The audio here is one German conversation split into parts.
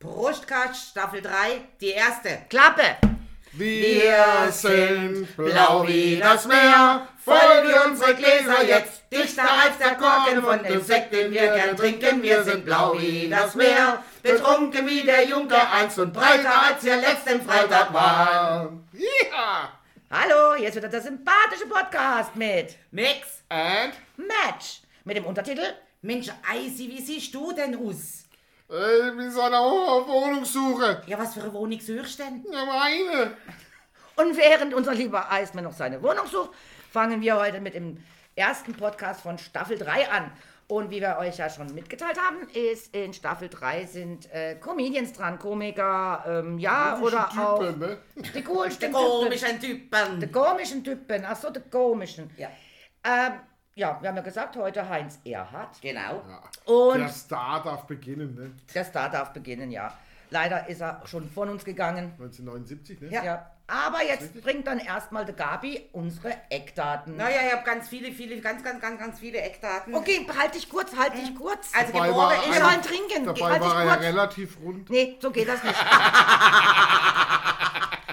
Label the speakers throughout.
Speaker 1: Wurstcast Staffel 3, die erste. Klappe!
Speaker 2: Wir sind blau wie das Meer, voll wie unsere Gläser jetzt, dichter als der Korken von dem Sekt, den wir gern trinken. Wir sind blau wie das Meer, betrunken wie der Junker einst und breiter als wir letzten Freitag waren. Ja.
Speaker 1: Hallo, hier ist wieder der sympathische Podcast mit
Speaker 2: Mix and
Speaker 1: Match. Mit dem Untertitel Mensch, Eisi, wie siehst du denn aus?
Speaker 2: äh, ich bin so einer Ho- auf Wohnungssuche.
Speaker 1: Ja, was für eine Wohnung suchst du denn?
Speaker 2: Ja, meine.
Speaker 1: Und während unser lieber Eismann noch seine Wohnung sucht, fangen wir heute mit dem ersten Podcast von Staffel 3 an. Und wie wir euch ja schon mitgeteilt haben, ist in Staffel 3 sind äh, Comedians dran, Komiker, ähm, ja, oder auch
Speaker 2: Typen, ne?
Speaker 1: die coolsten Typen.
Speaker 3: Komisch ein Typen.
Speaker 1: komischen Typen, ach so, die komischen.
Speaker 3: Ja,
Speaker 1: Ähm, ja, wir haben ja gesagt, heute Heinz Erhardt.
Speaker 3: genau.
Speaker 1: Und
Speaker 2: Der Star darf beginnen, ne?
Speaker 1: der Star darf beginnen, ja. Leider ist er schon von uns gegangen.
Speaker 2: 1979, ne?
Speaker 1: Ja. Aber jetzt bringt dann erstmal der Gabi unsere Eckdaten.
Speaker 3: Naja, ich habe ganz viele, viele, ganz, ganz, ganz, ganz viele Eckdaten.
Speaker 1: Okay, halt dich kurz, halt dich kurz.
Speaker 3: Also
Speaker 2: Dabei
Speaker 3: geboren
Speaker 2: war
Speaker 3: ist
Speaker 2: er-
Speaker 1: wir sollen trinken.
Speaker 2: Dabei
Speaker 1: halt
Speaker 2: war er ja
Speaker 1: dich kurz.
Speaker 2: relativ rund.
Speaker 1: Nee, so geht das nicht.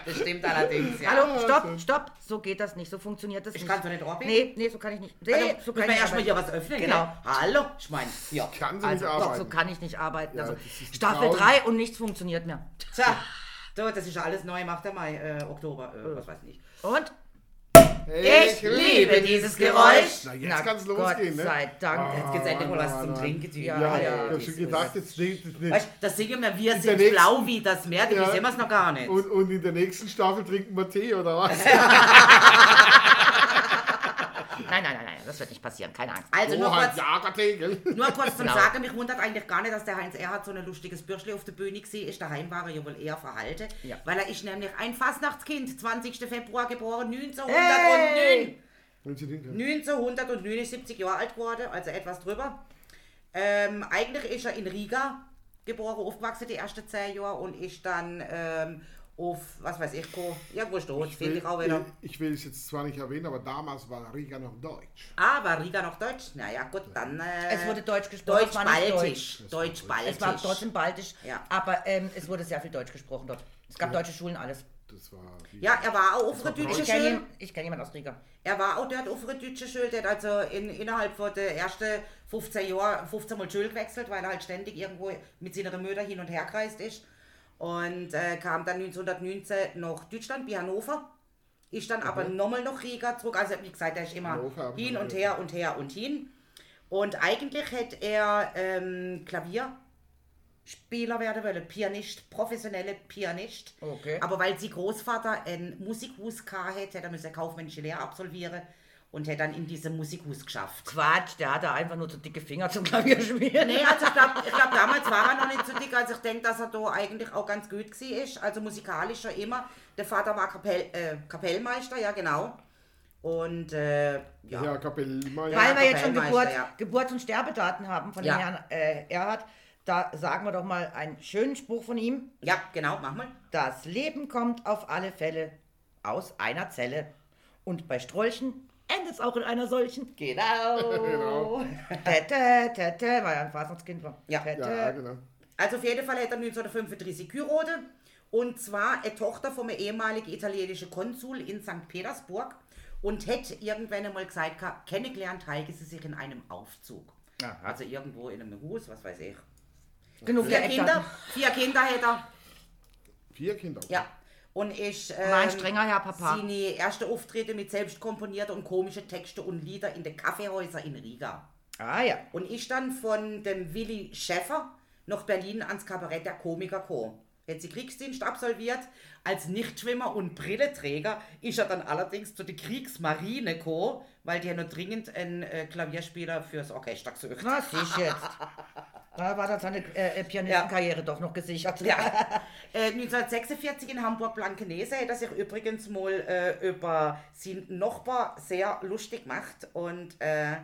Speaker 3: Das stimmt allerdings, ja.
Speaker 1: Hallo, stopp, stopp. So geht das nicht. So funktioniert das
Speaker 3: Ich
Speaker 1: nicht.
Speaker 3: kann so nicht rocken.
Speaker 1: Nee, nee, so kann ich nicht. Nee,
Speaker 3: Also,
Speaker 1: so
Speaker 3: so können
Speaker 1: kann ich
Speaker 3: wir
Speaker 1: nicht.
Speaker 3: erstmal hier
Speaker 1: arbeiten.
Speaker 3: was öffnen.
Speaker 1: Genau.
Speaker 3: Gell? Hallo, ich meine, ja.
Speaker 2: Kann sie
Speaker 1: Also,
Speaker 2: nicht
Speaker 1: doch,
Speaker 2: arbeiten.
Speaker 1: so kann ich nicht arbeiten.
Speaker 2: Ja,
Speaker 1: also,
Speaker 2: das ist
Speaker 1: Staffel
Speaker 2: grausig.
Speaker 1: 3 und nichts funktioniert mehr.
Speaker 3: So, so, das ist ja alles neu, macht der Mai, äh, Oktober, äh, was weiß ich.
Speaker 1: Und?
Speaker 3: Ich liebe dieses Geräusch.
Speaker 2: Na, jetzt
Speaker 1: Na,
Speaker 2: kann's
Speaker 1: Gott
Speaker 2: losgehen, ne?
Speaker 1: sei Dank.
Speaker 3: Jetzt geht's endlich mal
Speaker 2: Mann,
Speaker 3: was
Speaker 2: Mann,
Speaker 3: zum
Speaker 2: Mann.
Speaker 3: Trinken. die-
Speaker 1: Ah, Ja,
Speaker 2: Ja,
Speaker 1: ja,
Speaker 2: ich hab
Speaker 3: die-
Speaker 2: schon gedacht, jetzt nicht, jetzt nicht.
Speaker 3: Weißt du, das singen wir, wir sind
Speaker 2: nächsten-
Speaker 3: blau wie das Meer, die
Speaker 2: Ja.
Speaker 3: sehen wir es noch gar nicht.
Speaker 2: Und, und in der nächsten Staffel trinken wir Tee oder was?
Speaker 1: Nein, nein, nein, nein, das wird nicht passieren. Keine Angst.
Speaker 3: Also nur
Speaker 2: Johann
Speaker 3: kurz,
Speaker 2: Jager Tee, Oh, halt gell?
Speaker 3: nur kurz zum
Speaker 1: Genau.
Speaker 3: Sagen, mich wundert eigentlich gar nicht, dass der Heinz Erhardt so ein lustiges Bürschli auf der Bühne gesehen ist. Daheim war er ja wohl eher verhalten,
Speaker 1: Ja.
Speaker 3: weil er ist nämlich ein Fastnachtskind, 20. Februar geboren, 1909.
Speaker 1: Hey!
Speaker 3: 1979 Jahre alt geworden, also etwas drüber. Ähm, eigentlich ist er in Riga geboren, aufgewachsen die ersten zehn Jahre und ist dann ähm, auf, was weiß ich, ko, irgendwo steht,
Speaker 2: Ich,
Speaker 3: fehlt ich auch wieder.
Speaker 2: ich will es jetzt zwar nicht erwähnen, aber damals war Riga noch deutsch.
Speaker 3: Aber Riga noch Deutsch? Naja, gut, dann. Äh,
Speaker 1: Es wurde Deutsch gesprochen, es war nicht
Speaker 3: Deutsch-Baltisch.
Speaker 1: Es war
Speaker 3: Deutsch-Baltisch.
Speaker 1: trotzdem baltisch,
Speaker 3: Ja.
Speaker 1: aber ähm, es wurde sehr viel Deutsch gesprochen dort. Es gab deutsche Schulen, alles.
Speaker 2: Das war die-
Speaker 3: Ja, er war auch auf der
Speaker 2: war
Speaker 3: deutschen
Speaker 1: Ich kenne
Speaker 3: Schule.
Speaker 1: jem- ich kenn jemanden aus Riga.
Speaker 3: Er war auch dort auf der deutschen Schule. Der hat also in, innerhalb von der ersten 15 Jahren 15 Mal die Schule gewechselt, weil er halt ständig irgendwo mit seiner Mutter hin und her gereist ist. Und äh, kam dann 1919 nach Deutschland, bei Hannover. Ist dann aber nochmal nach Riga zurück. Also wie gesagt, er ist immer
Speaker 2: Mhm. Hannover hab ich
Speaker 3: hin
Speaker 2: noch
Speaker 3: und
Speaker 2: gehört,
Speaker 3: her und her und hin. Und eigentlich hätte er ähm, Klavierspieler werden wollen, Pianist, professionelle Pianist.
Speaker 1: Okay.
Speaker 3: Aber weil sie Großvater ein Musikhus gehabt hätte, hätte er müssen kaufmännische Lehre absolvieren und hätte dann in diesem Musikhus geschafft.
Speaker 1: Quatsch, der hatte einfach nur zu dicke Finger zum Klavierspielen.
Speaker 3: Nee, also ich glaube, ich glaub, damals war er noch nicht so dick, also ich denke, dass er da eigentlich auch ganz gut gewesen ist. Also musikalisch schon immer. Der Vater war Kapell, äh, Kapellmeister, ja genau. Und äh, ja.
Speaker 2: Herr Kapellmeier.
Speaker 1: Weil wir
Speaker 3: Ja,
Speaker 1: jetzt schon
Speaker 3: Kapellmeister,
Speaker 1: Geburt,
Speaker 3: ja.
Speaker 1: Geburts- und Sterbedaten haben von
Speaker 3: Ja.
Speaker 1: dem Herrn äh, Erhard, da sagen wir doch mal einen schönen Spruch von ihm.
Speaker 3: ja, genau, mach mal.
Speaker 1: Das Leben kommt auf alle Fälle aus einer Zelle. Und bei Strolchen endet es auch in einer solchen.
Speaker 2: Genau.
Speaker 1: Genau. Tete, tete, weil er ein Fasnachtskind war.
Speaker 3: Ja.
Speaker 1: Tete.
Speaker 2: Ja, genau.
Speaker 3: Also auf jeden Fall hätte er 1935 geheiratet. Und zwar eine Tochter vom ehemaligen italienischen Konsul in St. Petersburg. Und hätte irgendwann einmal gesagt, gehabt, kennengelernt heige sie sich in einem Aufzug.
Speaker 1: Aha.
Speaker 3: Also irgendwo in einem Hus, was weiß ich.
Speaker 1: Genug
Speaker 3: Vier
Speaker 1: der
Speaker 3: Kinder,
Speaker 1: Kinder.
Speaker 3: vier Kinder hätte er.
Speaker 2: Vier Kinder.
Speaker 3: Ja. Und ich. Ähm,
Speaker 1: War ein strenger Herr Papa.
Speaker 3: Seine erste Auftritte mit selbst komponierten und komischen Texte und Lieder in den Kaffeehäusern in Riga.
Speaker 1: Ah ja.
Speaker 3: Und ich dann von dem Willi Schäffer nach Berlin ans Kabarett der Komiker Co. Hätte sie Kriegsdienst absolviert, als Nichtschwimmer und Brilleträger ist er dann allerdings zu der Kriegsmarine Co., weil die ja nur dringend einen äh, Klavierspieler fürs Orchester gesucht
Speaker 1: Na, siehst jetzt. Da war dann seine äh, äh, Pianistenkarriere doch noch gesichert.
Speaker 3: Ja. Äh, 1946 in Hamburg-Blankenese hätte er sich übrigens mal äh, über seinen Nachbar sehr lustig gemacht und äh,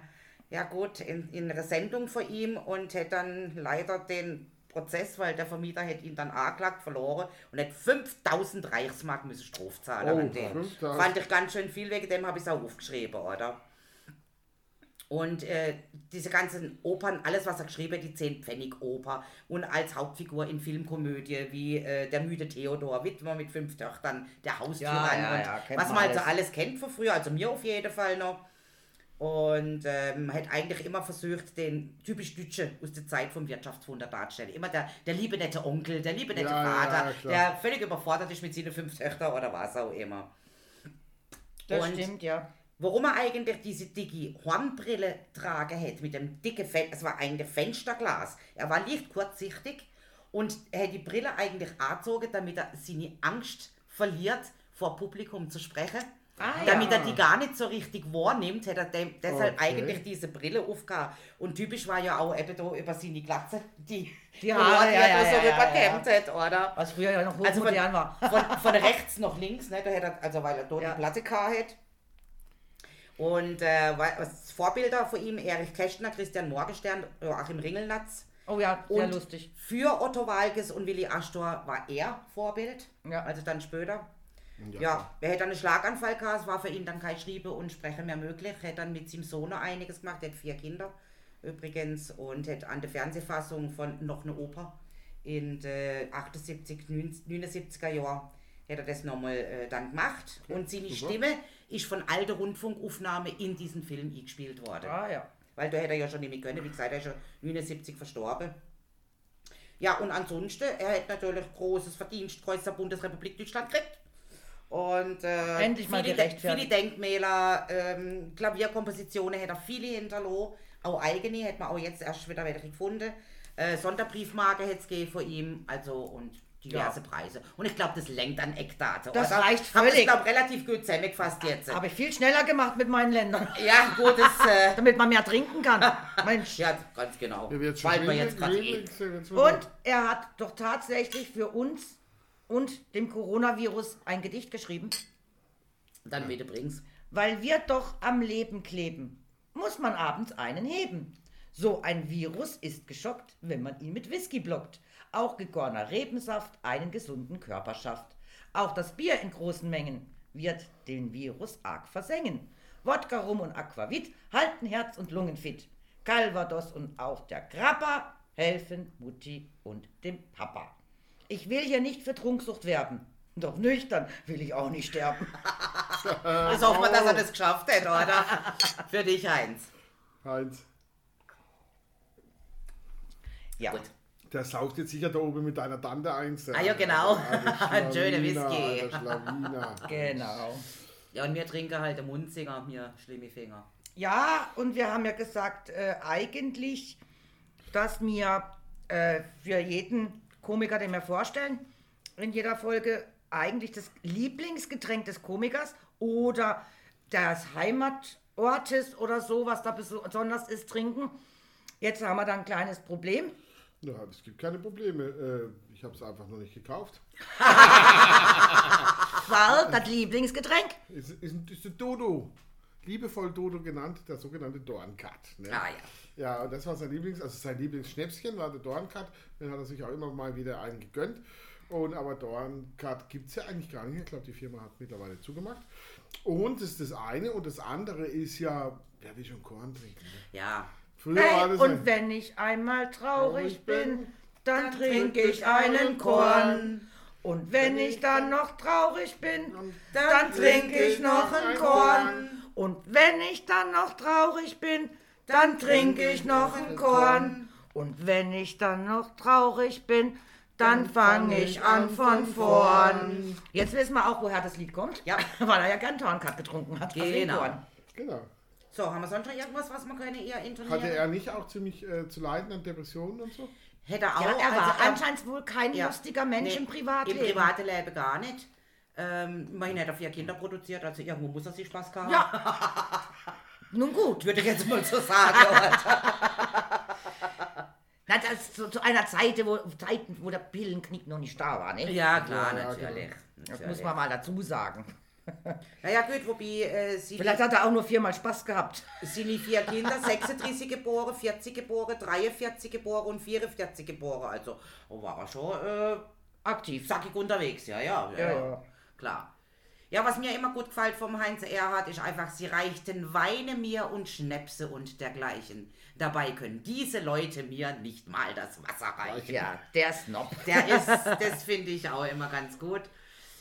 Speaker 3: ja gut, in, in einer Sendung von ihm und hätte dann leider den Prozess, weil der Vermieter hätte ihn dann angeklagt, verloren und hätte 5000 Reichsmark müssen Strafzahlen
Speaker 2: Oh,
Speaker 3: an dem.
Speaker 2: 5000.
Speaker 3: Fand ich ganz schön viel, wegen dem habe ich es auch aufgeschrieben, oder? Und äh, diese ganzen Opern, alles was er geschrieben hat, die Zehn-Pfennig-Oper und als Hauptfigur in Filmkomödie wie äh, Der müde Theodor, Witwer mit fünf Töchtern, Der Haustürer
Speaker 1: Ja, ja, ja,
Speaker 3: und
Speaker 1: kennt
Speaker 3: was
Speaker 1: man
Speaker 3: man also
Speaker 1: alles.
Speaker 3: alles kennt von früher, also mir auf jeden Fall noch. Und ähm, hat eigentlich immer versucht, den typisch Deutsche aus der Zeit vom Wirtschaftswunder darzustellen. Immer der, der liebe nette Onkel, der liebe nette
Speaker 2: Ja, ja,
Speaker 3: Vater,
Speaker 2: ja, klar.
Speaker 3: der völlig überfordert ist mit seinen fünf Töchtern oder was auch immer.
Speaker 1: Das
Speaker 3: Und-
Speaker 1: stimmt, ja.
Speaker 3: Warum er eigentlich diese dicke Hornbrille tragen hat, mit dem dicken Fen es war eigentlich Fensterglas. Er war leicht kurzsichtig und er hat die Brille eigentlich angezogen, damit er seine Angst verliert, vor Publikum zu sprechen.
Speaker 1: Ah,
Speaker 3: damit
Speaker 1: ja.
Speaker 3: er die gar nicht so richtig wahrnimmt, hat er dem, deshalb
Speaker 2: Okay.
Speaker 3: eigentlich diese Brille aufgehabt. Und typisch war ja auch eben da über seine Glatze, die,
Speaker 1: Die Haare,
Speaker 3: Rohr, die er da
Speaker 1: ja, ja,
Speaker 3: so
Speaker 1: ja, ja,
Speaker 3: rübergehemmt hat, oder?
Speaker 1: Was früher ja noch
Speaker 3: Also von,
Speaker 1: hochmodern war.
Speaker 3: von, von rechts nach links, ne? da hat er, also weil er dort
Speaker 1: Ja.
Speaker 3: die Platte gehabt hat. Und äh, weil- was Vorbilder von ihm, Erich Kästner, Christian Morgenstern, Joachim Ringelnatz.
Speaker 1: Oh ja,
Speaker 3: Und
Speaker 1: sehr lustig.
Speaker 3: für Otto Walkes und Willi Astor war er Vorbild,
Speaker 1: Ja.
Speaker 3: also dann später. Ja. er hätte einen Schlaganfall gehabt, es war für ihn dann kein Schreiben und Sprechen mehr möglich. Hätte dann mit seinem Sohn noch einiges gemacht, er hat vier Kinder übrigens und hätte an der Fernsehfassung von Noch eine Oper in den 78, 79er Jahren hätte er das nochmal äh, dann gemacht. und seine
Speaker 2: super.
Speaker 3: Stimme ist von alter Rundfunkaufnahme in diesen Film eingespielt worden.
Speaker 1: Ah ja.
Speaker 3: Weil da hätte er ja schon nicht mehr können, wie gesagt, er ist ja 79 verstorben. Ja, und ansonsten, er hat natürlich großes Verdienstkreuz der Bundesrepublik Deutschland gekriegt. Und äh,
Speaker 1: Endlich mal
Speaker 3: viele,
Speaker 1: gerechtfertigt.
Speaker 3: viele Denkmäler, ähm, Klavierkompositionen hätte er viele hinterlassen. Auch eigene hätte man auch jetzt erst wieder welche gefunden. Äh, Sonderbriefmarke hätte es gegeben von ihm, also und diverse Preise. Und ich glaube, das lenkt an Eckdate.
Speaker 1: Das
Speaker 3: oder?
Speaker 1: reicht
Speaker 3: Haben wir,
Speaker 1: völlig.
Speaker 3: glaube relativ gut zusammengefasst jetzt.
Speaker 1: Habe ich viel schneller gemacht mit meinen Ländern,
Speaker 3: Ja, gut, das... Äh,
Speaker 1: damit man mehr trinken kann. Mensch.
Speaker 3: ja, ganz genau.
Speaker 2: Mir wird's schon
Speaker 3: Weil wir
Speaker 2: schwindelig,
Speaker 3: jetzt gerade eh.
Speaker 2: schwindelig, jetzt mal-
Speaker 1: Und er hat doch tatsächlich für uns und dem Coronavirus ein Gedicht geschrieben,
Speaker 3: Dann bitte bring's.
Speaker 1: weil wir doch am Leben kleben. Muss man abends einen heben. So ein Virus ist geschockt, wenn man ihn mit Whisky blockt. Auch gegorener Rebensaft einen gesunden Körper schafft. Auch das Bier in großen Mengen wird den Virus arg versengen. Wodka, Rum und Aquavit halten Herz und Lungen fit. Calvados und auch der Grappa helfen Mutti und dem Papa. Ich will hier nicht für Trunksucht werben. Doch nüchtern will ich auch nicht sterben.
Speaker 3: Also hoffen wir, dass er das geschafft hat, oder? Für dich, Heinz.
Speaker 2: Heinz,
Speaker 1: Ja.
Speaker 3: Gut.
Speaker 2: der saugt jetzt sicher da oben mit deiner Tante eins.
Speaker 3: Ah ja, genau.
Speaker 2: Ein
Speaker 3: Schöner Whisky.
Speaker 2: Schlawiner.
Speaker 1: Genau.
Speaker 3: Ja, und wir trinken halt den Mundsinger, mir schlimme Finger.
Speaker 1: Ja, und wir haben ja gesagt, äh, eigentlich, dass wir äh, für jeden Komiker, den wir vorstellen, in jeder Folge eigentlich das Lieblingsgetränk des Komikers oder des Heimatortes oder so, was da besonders ist, trinken. Jetzt haben wir da ein kleines Problem.
Speaker 2: Ja, es gibt keine Probleme. Äh, Ich habe es einfach noch nicht gekauft.
Speaker 1: Weil das Lieblingsgetränk
Speaker 2: Es ist, ein- ist ein Dodo. Liebevoll Dodo genannt, der sogenannte Dornkat. Ne?
Speaker 3: Ah, ja.
Speaker 2: Ja, und das war sein Lieblings, also sein Lieblingsschnäpschen war der Dornkat. Den hat er sich auch immer mal wieder einen gegönnt. Und aber Dornkat gibt es ja eigentlich gar nicht. Ich glaube, die Firma hat mittlerweile zugemacht. Und das ist das eine. Und das andere ist ja, wer will schon Korn trinken? Ne?
Speaker 3: Ja.
Speaker 2: Früher war
Speaker 1: Hey,
Speaker 2: das
Speaker 1: und
Speaker 2: ein,
Speaker 1: wenn ich einmal traurig
Speaker 2: Traurig
Speaker 1: bin,
Speaker 2: bin,
Speaker 1: dann trinke ich einen Korn. Und wenn ich dann noch traurig bin, dann trinke ich noch einen Korn. Und wenn ich dann noch traurig bin, dann trinke ich noch einen Korn. Und wenn ich dann noch traurig bin, dann fange ich an von vorn. Jetzt wissen wir auch, woher das Lied kommt.
Speaker 3: Ja.
Speaker 1: Weil er ja gern Tornkat getrunken hat. also den
Speaker 3: Genau.
Speaker 1: Korn.
Speaker 2: genau.
Speaker 3: So, haben wir sonst noch irgendwas, was wir können eher intonieren?
Speaker 2: Hatte er nicht auch ziemlich äh, zu leiden an Depressionen und so?
Speaker 3: Hätte er auch.
Speaker 1: Ja, er war
Speaker 3: also
Speaker 1: anscheinend wohl kein
Speaker 3: ja.
Speaker 1: lustiger Mensch
Speaker 3: Nee,
Speaker 1: im Privatleben.
Speaker 3: Im privaten Leben gar nicht. Ähm, immerhin hat er vier Kinder produziert, also irgendwo muss er sich Spaß haben.
Speaker 1: ja. Nun gut.
Speaker 3: Würde ich jetzt mal so sagen. oder?
Speaker 1: Na, das zu, zu einer Zeit, wo, Zeiten, wo der Pillenknick noch nicht da war, ne?
Speaker 3: ja,
Speaker 2: Ja,
Speaker 3: klar,
Speaker 2: genau.
Speaker 3: natürlich.
Speaker 1: Das
Speaker 3: natürlich.
Speaker 1: muss man mal dazu sagen.
Speaker 3: Naja, gut, wobei äh, sie
Speaker 1: Vielleicht hat er auch nur viermal Spaß gehabt.
Speaker 3: sind die vier Kinder, 36 geboren, 40 geboren, 43 geboren und 44 geboren. Also war er schon, äh,
Speaker 1: Aktiv.
Speaker 3: sag ich, unterwegs. Ja, ja, ja.
Speaker 1: Ja,
Speaker 3: ja,
Speaker 1: ja.
Speaker 3: Klar. Ja, was mir immer gut gefällt vom Heinz Erhard ist einfach, sie reichten Weine mir und Schnäpse und dergleichen. Dabei können diese Leute mir nicht mal das Wasser reichen.
Speaker 1: Ja, der Snob.
Speaker 3: Der ist, das finde ich auch immer ganz gut.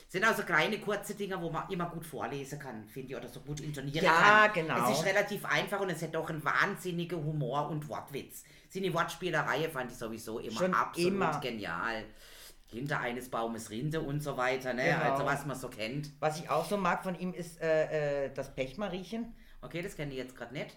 Speaker 3: Sind also kleine, kurze Dinger, wo man immer gut vorlesen kann, finde ich, oder so gut intonieren
Speaker 1: Ja,
Speaker 3: kann.
Speaker 1: genau.
Speaker 3: Es ist relativ einfach und es hat auch einen wahnsinnigen Humor und Wortwitz. Sind die Wortspielerei fand ich sowieso immer
Speaker 1: Schon
Speaker 3: absolut
Speaker 1: immer.
Speaker 3: genial. Hinter eines Baumes Rinde und so weiter, ne?
Speaker 1: Genau.
Speaker 3: Also was man so kennt.
Speaker 1: Was ich auch so mag von ihm ist äh, äh, das Pechmariechen.
Speaker 3: Okay, das kenne ich jetzt gerade nicht.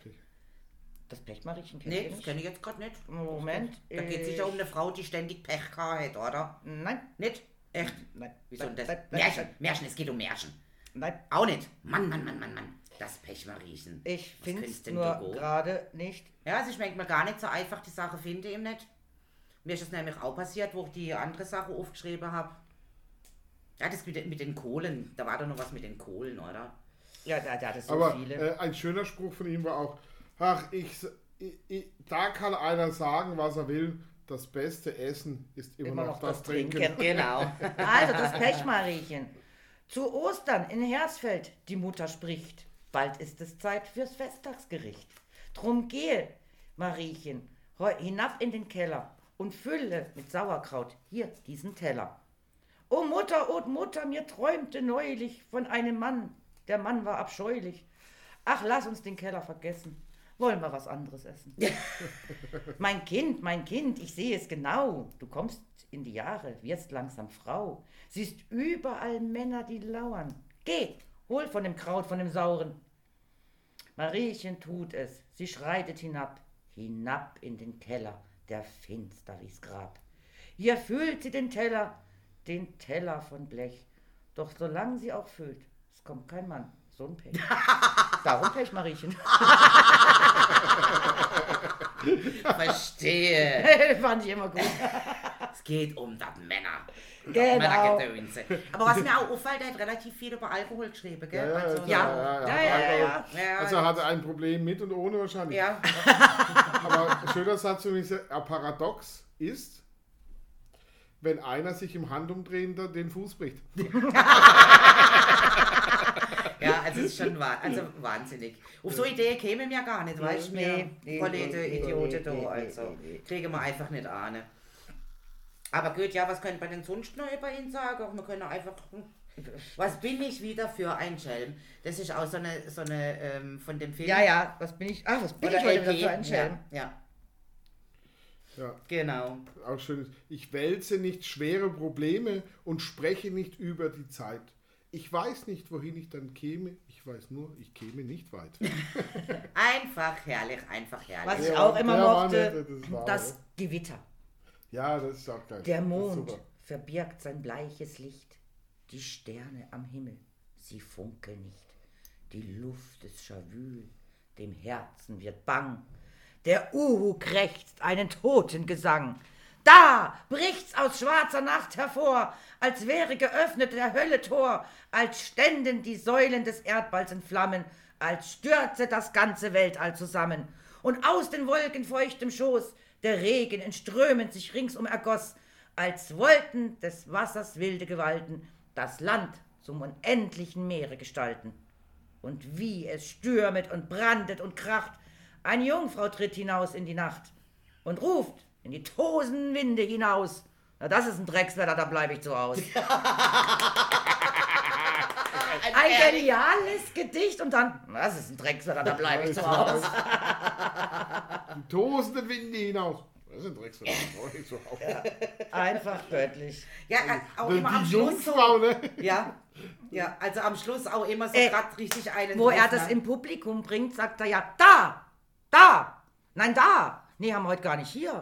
Speaker 1: Das Pechmariechen kennt
Speaker 3: Nee,
Speaker 1: ihr
Speaker 3: das
Speaker 1: nicht?
Speaker 3: kenne ich jetzt gerade nicht.
Speaker 1: Moment. äh,
Speaker 3: Da geht es sicher um eine Frau, die ständig Pech gehabt hat, oder?
Speaker 1: Nein,
Speaker 3: Nicht? Echt?
Speaker 1: nein.
Speaker 3: Wieso denn das?
Speaker 1: Nein, nein,
Speaker 3: Märchen,
Speaker 1: nein,
Speaker 3: Märchen, es geht um Märchen.
Speaker 1: Nein,
Speaker 3: Auch nicht. Mann, Mann, Mann, Mann, Mann. Das Pech mal riechen.
Speaker 1: ich
Speaker 3: Was
Speaker 1: finde
Speaker 3: kannst
Speaker 1: es
Speaker 3: denn
Speaker 1: nur
Speaker 3: du go?
Speaker 1: gerade nicht.
Speaker 3: Ja, es ist manchmal gar nicht so einfach, die Sache finde ich nicht. Mir ist das nämlich auch passiert, wo ich die andere Sache aufgeschrieben habe. Ja, das mit, den- mit den Kohlen. Da war doch noch was mit den Kohlen, oder?
Speaker 1: Ja, da, da hat es so
Speaker 2: Aber
Speaker 1: viele.
Speaker 2: äh, ein schöner Spruch von ihm war auch, ach, ich, s- i- i- da kann einer sagen, was er will, das beste Essen ist immer, noch, das, Trinken.
Speaker 3: Genau.
Speaker 1: Also das Pechmariechen. Zu Ostern in Hersfeld, die Mutter spricht. Bald ist es Zeit fürs Festtagsgericht. Drum gehe, Mariechen, heu- hinab in den Keller und fülle mit Sauerkraut hier diesen Teller. O Mutter, o Mutter, mir träumte neulich von einem Mann. Der Mann war abscheulich. Ach, lass uns den Keller vergessen. Wollen wir was anderes essen? Mein Kind, mein Kind, ich sehe es genau. Du kommst in die Jahre, wirst langsam Frau. Siehst überall Männer, die lauern. Geh, hol von dem Kraut, von dem Sauren. Mariechen tut es. Sie schreitet hinab, hinab in den Keller, der finster wie's Grab. Hier füllt sie den Teller, den Teller von Blech. Doch solange sie auch füllt, es kommt kein Mann. So ein Pech. Darum Pech, Mariechen.
Speaker 3: Verstehe.
Speaker 1: Fand ich immer gut.
Speaker 3: Es geht um das Männer. Um das
Speaker 1: Genau.
Speaker 3: Männergedönse. Aber was mir auch auffällt, er hat relativ viel über Alkohol geschrieben, gell? also,
Speaker 1: ja, ja, ja, ja, ja.
Speaker 3: Ja,
Speaker 2: Also er hatte ein Problem mit und ohne wahrscheinlich.
Speaker 3: ja.
Speaker 2: Aber ein schöner Satz übrigens, äh, paradox ist, wenn einer sich im Handumdrehen da den Fuß bricht.
Speaker 3: Ja, also es ist schon wa also wahnsinnig. Auf so Ideen kämen wir gar nicht, weißt du?
Speaker 1: Nee,
Speaker 3: Nee,
Speaker 1: nee,
Speaker 3: Kollege,
Speaker 1: nee, nee,
Speaker 3: Idiote
Speaker 1: nee, nee,
Speaker 3: da, also
Speaker 1: nee, nee.
Speaker 3: kriegen wir einfach nicht ahne. Aber gut, ja, was könnte man denn sonst noch über ihn sagen? Ach, Wir können einfach. hm. Was bin ich wieder für ein Schelm? Das ist auch so eine, so eine ähm, von dem Film.
Speaker 1: Ja, ja, was bin ich? Ach, was bin
Speaker 3: Oder
Speaker 1: ich heute
Speaker 3: LP?
Speaker 1: wieder für ein Schelm?
Speaker 3: Ja, ja,
Speaker 2: Ja,
Speaker 3: genau.
Speaker 2: auch schön. Ich wälze nicht schwere Probleme und spreche nicht über die Zeit. Ich weiß nicht, wohin ich dann käme. Ich weiß nur, ich käme nicht weit.
Speaker 3: Einfach herrlich, einfach herrlich.
Speaker 1: Was ich
Speaker 2: Der
Speaker 1: auch
Speaker 2: war-
Speaker 1: immer
Speaker 2: der war
Speaker 1: mochte,
Speaker 2: nett, das war,
Speaker 1: das
Speaker 2: ja.
Speaker 1: Gewitter.
Speaker 2: Ja, das ist auch geil.
Speaker 1: Der
Speaker 2: Das ist
Speaker 1: Mond
Speaker 2: super.
Speaker 1: verbirgt sein bleiches Licht. Die Sterne am Himmel, sie funkeln nicht. Die Luft ist schawül, dem Herzen wird bang. Der Uhu krächzt einen Totengesang. Da bricht's aus schwarzer Nacht hervor, als wäre geöffnet der Hölle Tor, als ständen die Säulen des Erdballs in Flammen, als stürze das ganze Weltall zusammen. Und aus den Wolken feuchtem Schoß der Regen in Strömen sich ringsum ergoss, als wollten des Wassers wilde Gewalten das Land zum unendlichen Meere gestalten. Und wie es stürmet und brandet und kracht, eine Jungfrau tritt hinaus in die Nacht und ruft in die tosenden Winde hinaus. Na, das ist ein Dreckswetter, da bleibe ich zu Hause. Ein geniales Gedicht und dann, na, das ist ein Dreckswetter, da bleibe ich zu Hause.
Speaker 2: Die tosenden Winde hinaus. Das ist ein Drecksverlag.
Speaker 1: Einfach göttlich.
Speaker 3: Ja, äh, auch immer am
Speaker 2: Die
Speaker 3: Schluss so.
Speaker 2: Jungfrau, ne?
Speaker 3: Ja, ja, also am Schluss auch immer so
Speaker 1: Äh,
Speaker 3: grad richtig einen.
Speaker 1: Wo er
Speaker 3: drauf,
Speaker 1: das
Speaker 3: ne?
Speaker 1: im Publikum bringt, sagt er ja, da, da, nein, da. Nee, haben wir heute gar nicht hier.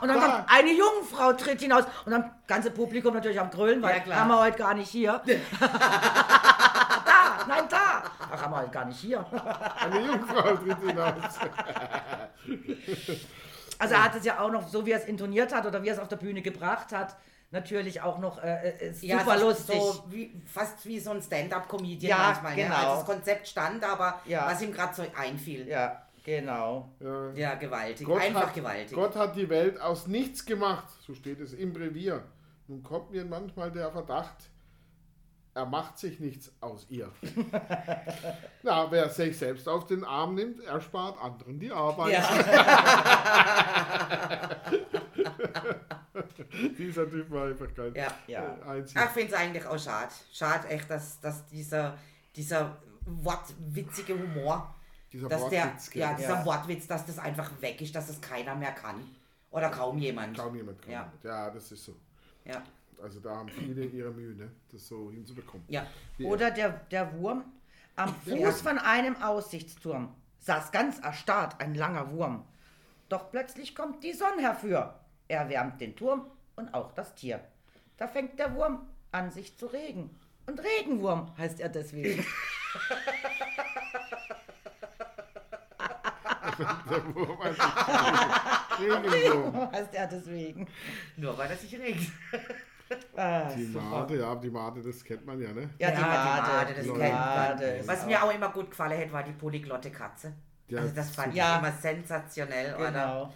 Speaker 1: Und dann
Speaker 2: Da.
Speaker 1: kommt eine Jungfrau tritt hinaus und dann ganze Publikum natürlich am Grölen, weil
Speaker 3: Ja, klar.
Speaker 1: haben wir heute gar nicht hier. da, nein, da. Ach, haben wir heute gar nicht hier.
Speaker 2: Eine Jungfrau tritt hinaus.
Speaker 1: Also er hat es ja auch noch, so wie er es intoniert hat oder wie er es auf der Bühne gebracht hat, natürlich auch noch äh, äh, super
Speaker 3: ja, so-
Speaker 1: lustig.
Speaker 3: So wie, fast wie so ein Stand-up-Comedian
Speaker 1: Ja,
Speaker 3: manchmal. Ne?
Speaker 1: genau.
Speaker 3: Als das Konzept stand, aber
Speaker 1: Ja.
Speaker 3: was ihm gerade so einfiel. Ja,
Speaker 1: Ja, genau.
Speaker 2: Ja.
Speaker 3: gewaltig.
Speaker 2: Gott
Speaker 3: Einfach
Speaker 2: hat,
Speaker 3: gewaltig.
Speaker 2: Gott hat die Welt aus nichts gemacht, so steht es im Brevier. Nun kommt mir manchmal der Verdacht,
Speaker 4: er macht sich nichts aus ihr. Na, wer sich selbst auf den Arm nimmt, erspart anderen die Arbeit. Dieser Typ war einfach geil.
Speaker 3: Ja.
Speaker 1: Ja.
Speaker 4: Einzig.
Speaker 3: Ach, finde es eigentlich auch schade. Schade echt, dass, dass dieser, dieser wortwitzige Humor,
Speaker 4: Dieser
Speaker 3: dass der,
Speaker 4: Wortwitz, gell?
Speaker 3: ja, dieser
Speaker 1: Ja.
Speaker 3: Wortwitz, dass das einfach weg ist, dass das keiner mehr kann. Oder kaum jemand.
Speaker 4: Kaum jemand kann.
Speaker 3: Ja.
Speaker 4: damit. ja, das ist so.
Speaker 3: Ja.
Speaker 4: Also da haben viele ihre Mühe, ne? das so hinzubekommen.
Speaker 3: Ja.
Speaker 1: Oder der, der Wurm am Fuß von einem Aussichtsturm saß ganz erstarrt ein langer Wurm. Doch plötzlich kommt die Sonne herfür. Er wärmt den Turm und auch das Tier. Da fängt der Wurm an, sich zu regen. Und Regenwurm heißt er deswegen.
Speaker 4: Regenwurm.
Speaker 1: heißt er deswegen.
Speaker 3: Nur weil das sich regt.
Speaker 1: Ah,
Speaker 4: Die Made, ja, die Made, das kennt man ja, ne?
Speaker 1: ja, die Wade.
Speaker 3: Made, das
Speaker 1: die
Speaker 3: kennt
Speaker 1: Wade
Speaker 3: man.
Speaker 1: ist
Speaker 3: Was mir auch immer gut gefallen hat, war die polyglotte Katze.
Speaker 4: Ja,
Speaker 3: also das fand
Speaker 1: super.
Speaker 3: ich immer sensationell. Oder
Speaker 1: Genau.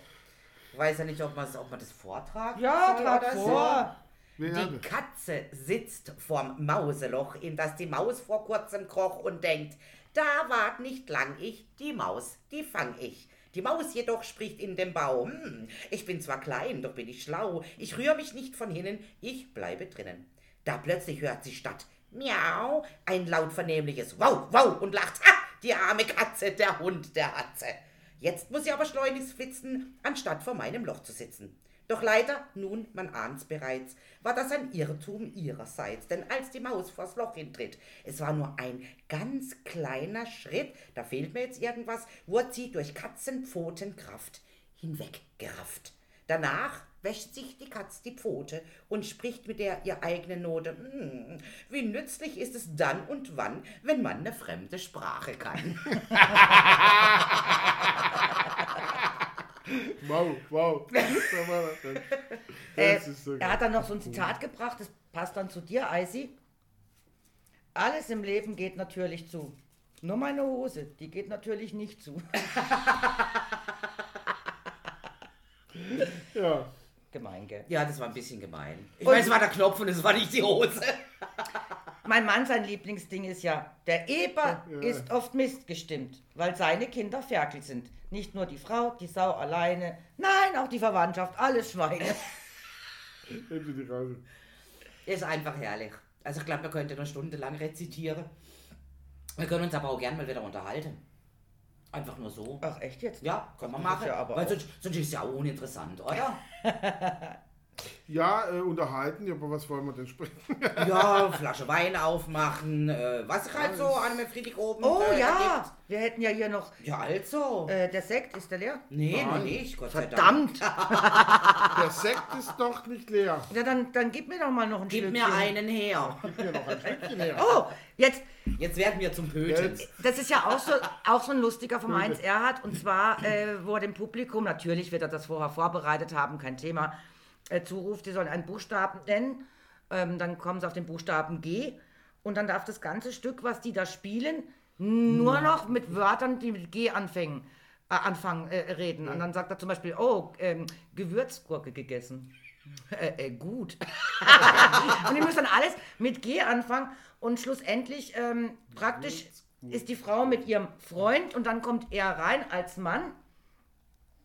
Speaker 3: weiß ja nicht, ob man ob man das vortragen
Speaker 1: Ja,
Speaker 3: soll
Speaker 1: trag
Speaker 3: oder so.
Speaker 1: vor.
Speaker 4: Wir
Speaker 3: Die
Speaker 4: haben-
Speaker 3: Katze sitzt vorm Mauseloch, in das die Maus vor kurzem kroch und denkt, da wart nicht lang ich, die Maus, die fang ich. Die Maus jedoch spricht in dem Baum, "Hm, ich bin zwar klein, doch bin ich schlau, ich rühr mich nicht von hinnen, ich bleibe drinnen. Da plötzlich hört sie statt, miau, ein laut vernehmliches Wow, wow und lacht, ha, die arme Katze, der Hund, der Hatze. Jetzt muss sie aber schleunigst flitzen, anstatt vor meinem Loch zu sitzen. Doch leider, nun, man ahnt's bereits, war das ein Irrtum ihrerseits, denn als die Maus vors Loch hintritt, es war nur ein ganz kleiner Schritt, da fehlt mir jetzt irgendwas, wurde sie durch Katzenpfotenkraft hinweggerafft. Danach wäscht sich die Katz die Pfote und spricht mit der ihr eigenen Note. "Hm, wie nützlich ist es dann und wann, wenn man eine fremde Sprache kann.
Speaker 4: ne. Wow, wow. Da war das dann. Das ist so
Speaker 1: Äh, Er
Speaker 4: geil.
Speaker 1: hat dann noch so ein Zitat gebracht, das passt dann zu dir, Eisi. Alles im Leben geht natürlich zu. Nur meine Hose, die geht natürlich nicht zu.
Speaker 4: Ja.
Speaker 1: Gemein, gell?
Speaker 3: Ja, das war ein bisschen gemein. Ich weiß, es war der Knopf und es war nicht die Hose.
Speaker 1: Mein Mann, sein Lieblingsding ist ja, der Eber
Speaker 4: Ja.
Speaker 1: ist oft missgestimmt, weil seine Kinder Ferkel sind. Nicht nur die Frau, die Sau alleine, nein, auch die Verwandtschaft, alle Schweine.
Speaker 4: Nehmen Sie die raus.
Speaker 3: Ist einfach herrlich. Also ich glaube, wir könnten noch stundenlang rezitieren. Wir können uns aber auch gern mal wieder unterhalten. Einfach nur so.
Speaker 1: Ach, echt jetzt?
Speaker 3: Ja, können wir
Speaker 1: Das ist
Speaker 3: machen.
Speaker 1: ja aber
Speaker 3: Weil
Speaker 1: auch-
Speaker 3: sonst, sonst ist es ja auch uninteressant, oder?
Speaker 4: Ja, äh, unterhalten, ja, aber was wollen wir denn sprechen?
Speaker 3: ja, Flasche Wein aufmachen, äh, was ich halt so an einem Friedrich oben
Speaker 1: Oh
Speaker 3: äh,
Speaker 1: ja, wir hätten ja hier noch,
Speaker 3: ergibt. Ja, also.
Speaker 1: äh, der Sekt, ist der leer?
Speaker 3: nee, noch nicht, Gott sei Dank.
Speaker 1: Verdammt!
Speaker 4: Der Sekt ist doch nicht leer.
Speaker 1: Ja, dann, dann gib mir doch mal noch ein
Speaker 3: Gib
Speaker 1: Schlückchen.
Speaker 3: mir einen her.
Speaker 4: Hier noch ein Stückchen leer.
Speaker 1: Oh, jetzt,
Speaker 3: Jetzt werden wir zum Pöten.
Speaker 4: Jetzt.
Speaker 1: das ist ja auch so, auch so ein lustiger vom Heinz Erhardt. Und zwar äh, wurde dem Publikum, natürlich wird er das vorher vorbereitet haben, kein Thema, äh, zuruft, sie sollen einen Buchstaben nennen. Ähm, dann kommen sie auf den Buchstaben G. Und dann darf das ganze Stück, was die da spielen, nur noch mit Wörtern, die mit G anfangen, äh, anfangen äh, reden. Und dann sagt er zum Beispiel, oh, ähm, Gewürzgurke gegessen. Äh, äh, gut. und ihr müsst dann alles mit G anfangen und schlussendlich ähm, praktisch ist die Frau mit ihrem Freund und dann kommt er rein als Mann.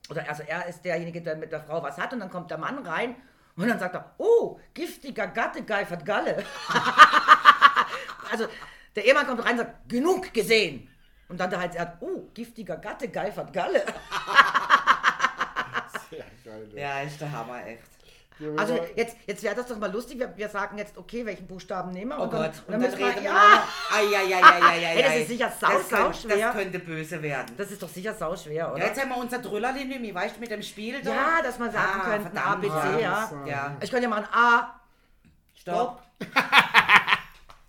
Speaker 1: Oder also er ist derjenige, der mit der Frau was hat und dann kommt der Mann rein und dann sagt er, oh, giftiger Gatte geifert Galle. also der Ehemann kommt rein und sagt, genug gesehen. Und dann der Heinz Erd, oh, giftiger Gatte geifert Galle.
Speaker 4: Sehr geil. Ja.
Speaker 3: Ja, ist der Hammer, echt.
Speaker 4: wir
Speaker 1: Also
Speaker 4: wollen-
Speaker 1: jetzt, jetzt wäre das doch mal lustig. Wir, wir sagen jetzt, okay, welchen Buchstaben nehmen wir?
Speaker 3: Oh Gott,
Speaker 1: und dann, und dann müssen wir,
Speaker 3: reden wir
Speaker 1: ja,
Speaker 3: noch. Ai, ai, ai, ai, ai, ai,
Speaker 1: Hey, das
Speaker 3: ai.
Speaker 1: ist sicher sau,
Speaker 3: das
Speaker 1: sau
Speaker 3: könnte,
Speaker 1: schwer.
Speaker 3: Das könnte böse werden.
Speaker 1: das ist doch sicher sauschwer,
Speaker 3: ja,
Speaker 1: oder?
Speaker 3: jetzt haben wir unser Drüllerlin, Mimi, weißt du, mit dem Spiel da. Ah,
Speaker 1: Ja, dass man sagen könnte, A,
Speaker 3: verdammt.
Speaker 1: B,
Speaker 4: Ah,
Speaker 1: C, ja.
Speaker 3: Ja,
Speaker 1: Ich könnte ja machen A.
Speaker 3: stopp.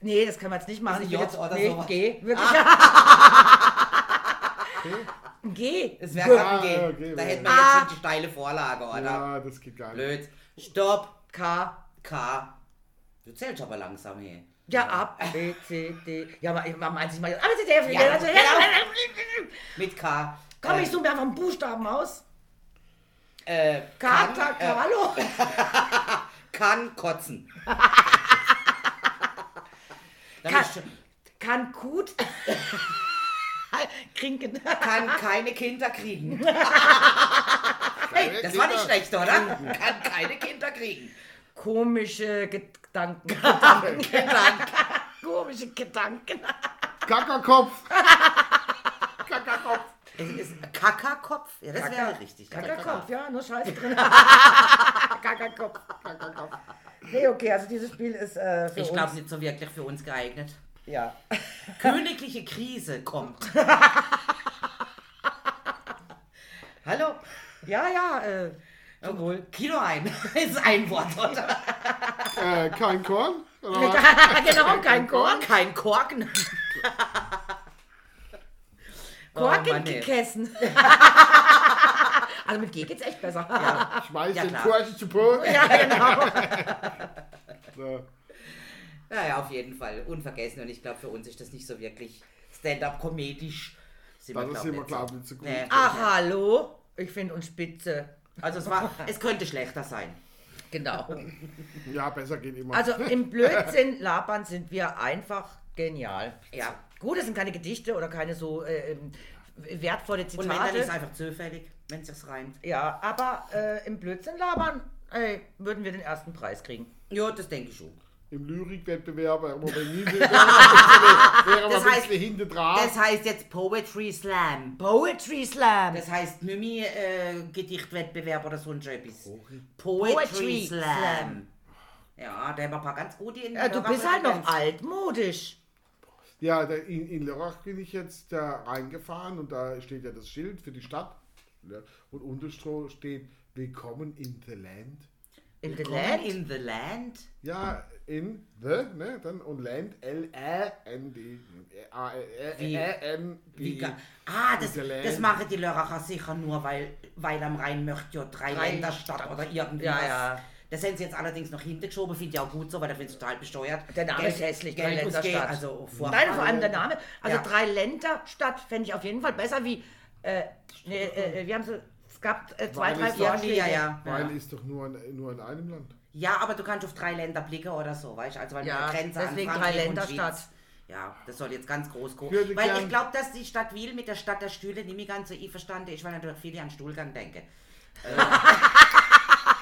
Speaker 1: Nee, das können wir jetzt nicht machen.
Speaker 3: Also
Speaker 1: ich will
Speaker 3: J
Speaker 1: jetzt,
Speaker 3: oder
Speaker 1: nee,
Speaker 3: sowas. Ah.
Speaker 1: G. Wirklich. G.
Speaker 3: Es wäre
Speaker 1: Gut.
Speaker 4: Ah,
Speaker 3: gerade ein
Speaker 4: okay,
Speaker 3: G. Da
Speaker 4: ja.
Speaker 3: hätten wir jetzt
Speaker 1: Ah.
Speaker 3: schon die steile Vorlage, oder?
Speaker 4: ja, das geht gar nicht.
Speaker 3: Blöd. Stopp.
Speaker 1: K.
Speaker 3: K. Du zählst aber langsam hier.
Speaker 1: Ja, A, B, C, D. Ja, aber ich mach mal eins, mal A, B, C, D, F, G.
Speaker 3: Ja,
Speaker 1: also,
Speaker 3: genau. Mit K.
Speaker 1: Komm,
Speaker 3: Äh,
Speaker 1: ich suche mir einfach einen Buchstaben aus.
Speaker 3: äh, kann,
Speaker 1: Kata,
Speaker 3: äh,
Speaker 1: Cavallo.
Speaker 3: kann kotzen. Dann
Speaker 1: Kann,
Speaker 3: ist schon-
Speaker 1: kann gut trinken.
Speaker 3: kann keine Kinder kriegen.
Speaker 4: Keine
Speaker 3: Hey, das war nicht
Speaker 4: Kinder.
Speaker 3: schlecht, oder? Kann keine Kinder kriegen.
Speaker 1: Komische Gedanken. Komische Gedanken.
Speaker 4: Kackerkopf. Kackerkopf.
Speaker 3: Es ist Kackerkopf. Ja, das wäre richtig.
Speaker 1: Kackerkopf, ja, nur Scheiße drin. Kackerkopf.
Speaker 4: Kackerkopf.
Speaker 1: Nee, okay, also dieses Spiel ist äh, für
Speaker 3: Ich
Speaker 1: uns.
Speaker 3: glaube nicht so wirklich für uns geeignet.
Speaker 1: Ja.
Speaker 3: Königliche Krise kommt. Hallo?
Speaker 1: Ja, ja, äh,
Speaker 3: Jawohl. Kino ein. ist ein Wort, oder?
Speaker 4: Äh, kein Korn?
Speaker 3: Oh.
Speaker 4: Oder was?
Speaker 1: genau, kein Kork.
Speaker 3: Kein Korken.
Speaker 1: Korken
Speaker 3: Oh, Mann, ey.
Speaker 1: gegessen. also mit G geht's echt besser.
Speaker 4: Schmeiß
Speaker 3: Ja,
Speaker 4: den
Speaker 3: klar.
Speaker 4: Korchen zu Boden.
Speaker 1: ja genau.
Speaker 4: So.
Speaker 3: Naja, auf jeden Fall. Unvergessen. Und ich glaube, für uns ist das nicht so wirklich stand-up-komedisch. Sind
Speaker 4: Das
Speaker 3: wir,
Speaker 4: ist
Speaker 3: glaub
Speaker 4: immer
Speaker 3: nicht
Speaker 4: klar,
Speaker 3: so.
Speaker 4: nicht so gut.
Speaker 3: Nee.
Speaker 1: Ach, hallo. Ich finde uns spitze.
Speaker 3: Also es, war, es könnte schlechter sein.
Speaker 1: Genau.
Speaker 4: Ja, besser geht immer.
Speaker 1: Also im Blödsinn labern sind wir einfach genial.
Speaker 3: Ja.
Speaker 1: Gut, es sind keine Gedichte oder keine so äh, ähm, wertvolle
Speaker 3: Und wenn, dann ist es
Speaker 1: Zitate.
Speaker 3: einfach zufällig, wenn es sich reimt.
Speaker 1: Ja, aber äh, im Blödsinn labern ey, würden wir den ersten Preis kriegen.
Speaker 3: Ja, das denke ich schon.
Speaker 4: Im Lyrikwettbewerb wäre man bei mir wäre
Speaker 3: Das
Speaker 4: man ein
Speaker 3: heißt-
Speaker 4: bisschen hinten dran.
Speaker 3: Das heißt jetzt Poetry Slam.
Speaker 1: Poetry Slam.
Speaker 3: Das heißt nicht mehr äh, Gedichtwettbewerb oder so ein etwas. Poetry,
Speaker 1: Poetry
Speaker 3: Slam.
Speaker 1: Slam.
Speaker 3: Ja, da haben wir ein paar ganz gute in
Speaker 1: ja, du
Speaker 3: Lörrach
Speaker 1: bist halt noch
Speaker 3: übrigens.
Speaker 1: altmodisch.
Speaker 4: Ja, da- in, in Lörrach bin ich jetzt da reingefahren und da steht ja das Schild für die Stadt. Ja, Und unten steht Willkommen in the Land.
Speaker 1: In the
Speaker 3: Land
Speaker 1: Land.
Speaker 3: in the Land.
Speaker 4: Ja, in the, ne? Dann und Land, L-A-N-D.
Speaker 3: Wie- Wie
Speaker 4: A-N-D.
Speaker 3: ga- ah, das,
Speaker 4: the Land.
Speaker 3: das machen die Lörracher sicher nur, weil, weil am Rhein möchte ja drei
Speaker 1: Drei
Speaker 3: Länder statt oder irgendwas.
Speaker 1: Ja, ja.
Speaker 3: Das haben sie jetzt allerdings noch hintergeschoben, finde ich auch gut so, weil da finde ich total besteuert.
Speaker 1: Der Name
Speaker 3: Geld-
Speaker 1: ist hässlich, drei
Speaker 3: Geld
Speaker 1: Länder
Speaker 3: ausgeht,
Speaker 1: statt.
Speaker 3: Also vor
Speaker 1: Nein, vor allem der Name. Also
Speaker 3: Ja.
Speaker 1: drei Länder statt fände ich auf jeden Fall besser wie. Äh, nee, äh, wir haben so, es gab äh, zwei,
Speaker 4: Weil
Speaker 1: drei
Speaker 4: es ja-
Speaker 1: Vorschläge.
Speaker 3: Ja, ja.
Speaker 4: Weil ist doch nur in, nur in einem Land.
Speaker 3: Ja, aber du kannst auf drei Länder blicken oder so, weißt du? Also weil
Speaker 1: Ja,
Speaker 3: ja, Grenze
Speaker 1: deswegen
Speaker 3: an Frankreich
Speaker 1: drei
Speaker 3: und
Speaker 1: Länder
Speaker 3: Schweiz.
Speaker 1: statt.
Speaker 3: Ja, das soll jetzt ganz groß gucken.
Speaker 4: Würde
Speaker 3: weil
Speaker 4: gern-
Speaker 3: ich glaube, dass die Stadt Wiel mit der Stadt der Stühle nicht mehr ganz so einverstanden ist, weil natürlich viele an Stuhlgang denken.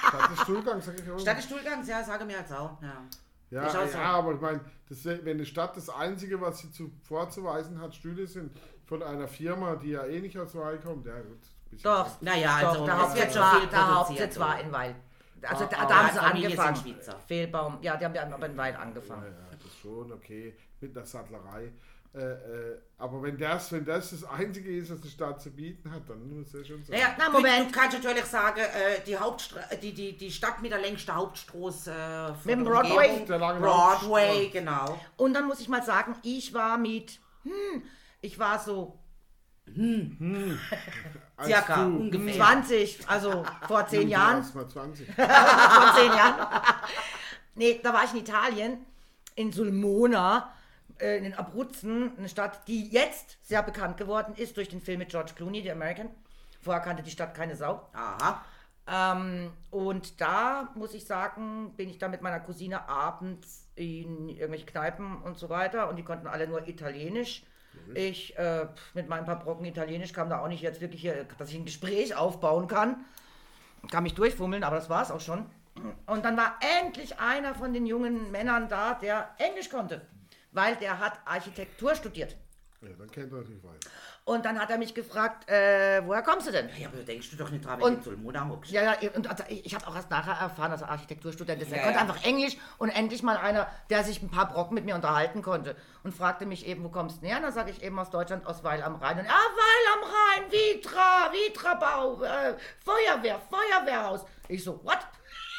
Speaker 4: Stadt des Stuhlgangs, sag ich auch.
Speaker 3: Stadt des Stuhlgangs, ja, sage mir als auch. Ja.
Speaker 4: Ja,
Speaker 3: Ist auch
Speaker 4: ja,
Speaker 3: so.
Speaker 4: aber ich meine, das, wenn eine Stadt das Einzige, was sie zu, vorzuweisen hat, Stühle sind von einer Firma, die ja eh nicht aus Weil kommt, ja gut. bisschen-
Speaker 1: Doch,
Speaker 3: Naja,
Speaker 1: Doch,
Speaker 3: also
Speaker 1: der
Speaker 3: es wird
Speaker 1: Hauptsitz
Speaker 3: schon
Speaker 1: war,
Speaker 3: viel
Speaker 1: der
Speaker 3: produziert.
Speaker 1: Hauptsitz war in Weil. Also da,
Speaker 4: Ah,
Speaker 1: da haben
Speaker 3: ah,
Speaker 1: sie
Speaker 3: Familie sind
Speaker 1: angefangen.
Speaker 3: Schweizer.
Speaker 1: Fehlbaum, ja, die haben ja aber in Weil angefangen.
Speaker 4: Ja, ja, das schon, okay, mit einer Sattlerei. Äh, äh, aber wenn das, wenn das das Einzige ist, was die Stadt zu bieten hat, dann muss das schon sein.
Speaker 3: Naja, na,
Speaker 1: Na, Moment.
Speaker 3: Moment. Du kannst natürlich sagen, äh, die, Hauptstra die, die, die Stadt mit der längsten Hauptstraße äh, von
Speaker 1: Mit dem
Speaker 3: der
Speaker 1: Broadway.
Speaker 3: Umgebung.
Speaker 4: Der langen
Speaker 3: Broadway, genau.
Speaker 1: Und dann muss ich mal sagen, ich war mit, hm, ich war so
Speaker 4: Als
Speaker 3: Circa,
Speaker 4: du-
Speaker 3: ungefähr.
Speaker 1: 20, also vor zehn
Speaker 4: du
Speaker 1: Jahren.
Speaker 4: warst mal 20.
Speaker 1: vor zehn Jahren. nee, da war ich in Italien, in Sulmona, äh, in den Abruzzen, eine Stadt, die jetzt sehr bekannt geworden ist durch den Film mit George Clooney, The American. Vorher kannte die Stadt keine Sau.
Speaker 3: Aha.
Speaker 1: Ähm, und da muss ich sagen, bin ich dann mit meiner Cousine abends in irgendwelche Kneipen und so weiter und die konnten alle nur Italienisch. Ich äh, pf, mit meinen paar Brocken Italienisch kam da auch nicht jetzt wirklich, hier, dass ich ein Gespräch aufbauen kann. Kann mich durchfummeln, aber das war es auch schon. Und dann war endlich einer von den jungen Männern da, der Englisch konnte, weil der hat Architektur studiert.
Speaker 4: Ja, dann kennt er nicht weiter.
Speaker 1: Und dann hat er mich gefragt, äh, woher kommst du denn?
Speaker 3: Ja, aber da denkst du doch nicht dran,
Speaker 1: Und-
Speaker 3: wenn du in Sulmona hockst.
Speaker 1: Ja, ja, und also ich habe auch erst nachher erfahren, dass er Architekturstudent ist. Er
Speaker 3: Ja,
Speaker 1: konnte
Speaker 3: ja.
Speaker 1: einfach Englisch und endlich mal einer, der sich ein paar Brocken mit mir unterhalten konnte. Und fragte mich eben, wo kommst du denn her? Und dann sage ich eben aus Deutschland, aus Weil am Rhein. Und ah, Weil am Rhein, Vitra, Vitra-Bau, äh, Feuerwehr, Feuerwehrhaus. Ich so, what?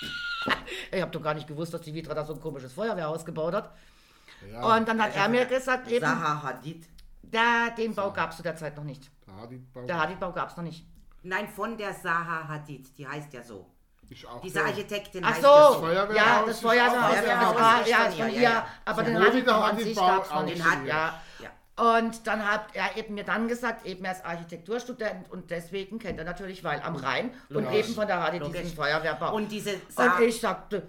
Speaker 1: ich habe doch gar nicht gewusst, dass die Vitra da so ein komisches Feuerwehrhaus gebaut hat.
Speaker 4: Ah. Ja,
Speaker 1: und dann hat er mir gesagt, eben,
Speaker 3: Zaha Hadid.
Speaker 1: da, den Bau gab es zu der Zeit noch nicht.
Speaker 4: da hat die Bau-
Speaker 1: Der Hadid-Bau gab es noch nicht.
Speaker 3: Nein, von der Zaha Hadid. Die heißt ja so.
Speaker 4: ist auch
Speaker 3: Diese
Speaker 4: der-
Speaker 3: Architektin
Speaker 1: Ach
Speaker 3: heißt
Speaker 1: so,
Speaker 3: ja so.
Speaker 4: Feuerwehrhaus
Speaker 1: ja, das
Speaker 4: ist
Speaker 1: Feuerwehrhaus,
Speaker 4: auch
Speaker 1: das
Speaker 3: Feuerwehrhaus,
Speaker 1: war,
Speaker 3: das
Speaker 1: ja,
Speaker 3: ist
Speaker 1: ist
Speaker 3: von
Speaker 1: von
Speaker 3: ihr,
Speaker 1: ihr,
Speaker 3: ja, ja.
Speaker 1: aber den
Speaker 4: Sowohl
Speaker 1: hatte
Speaker 4: wie
Speaker 1: ich
Speaker 4: der
Speaker 1: noch an
Speaker 4: Handel
Speaker 1: sich,
Speaker 4: Bau
Speaker 1: gab's noch
Speaker 4: auch
Speaker 1: nicht,
Speaker 3: hier.
Speaker 1: ja.
Speaker 3: Ja.
Speaker 1: Und dann hat er eben mir dann gesagt, eben er ist Architekturstudent und deswegen kennt er natürlich Weil am Rhein und
Speaker 4: Logisch.
Speaker 1: eben von der Hadi diesen
Speaker 3: Logisch.
Speaker 1: Feuerwehrbau.
Speaker 3: Und diese
Speaker 1: Und
Speaker 3: Zaha.
Speaker 1: ich sagte,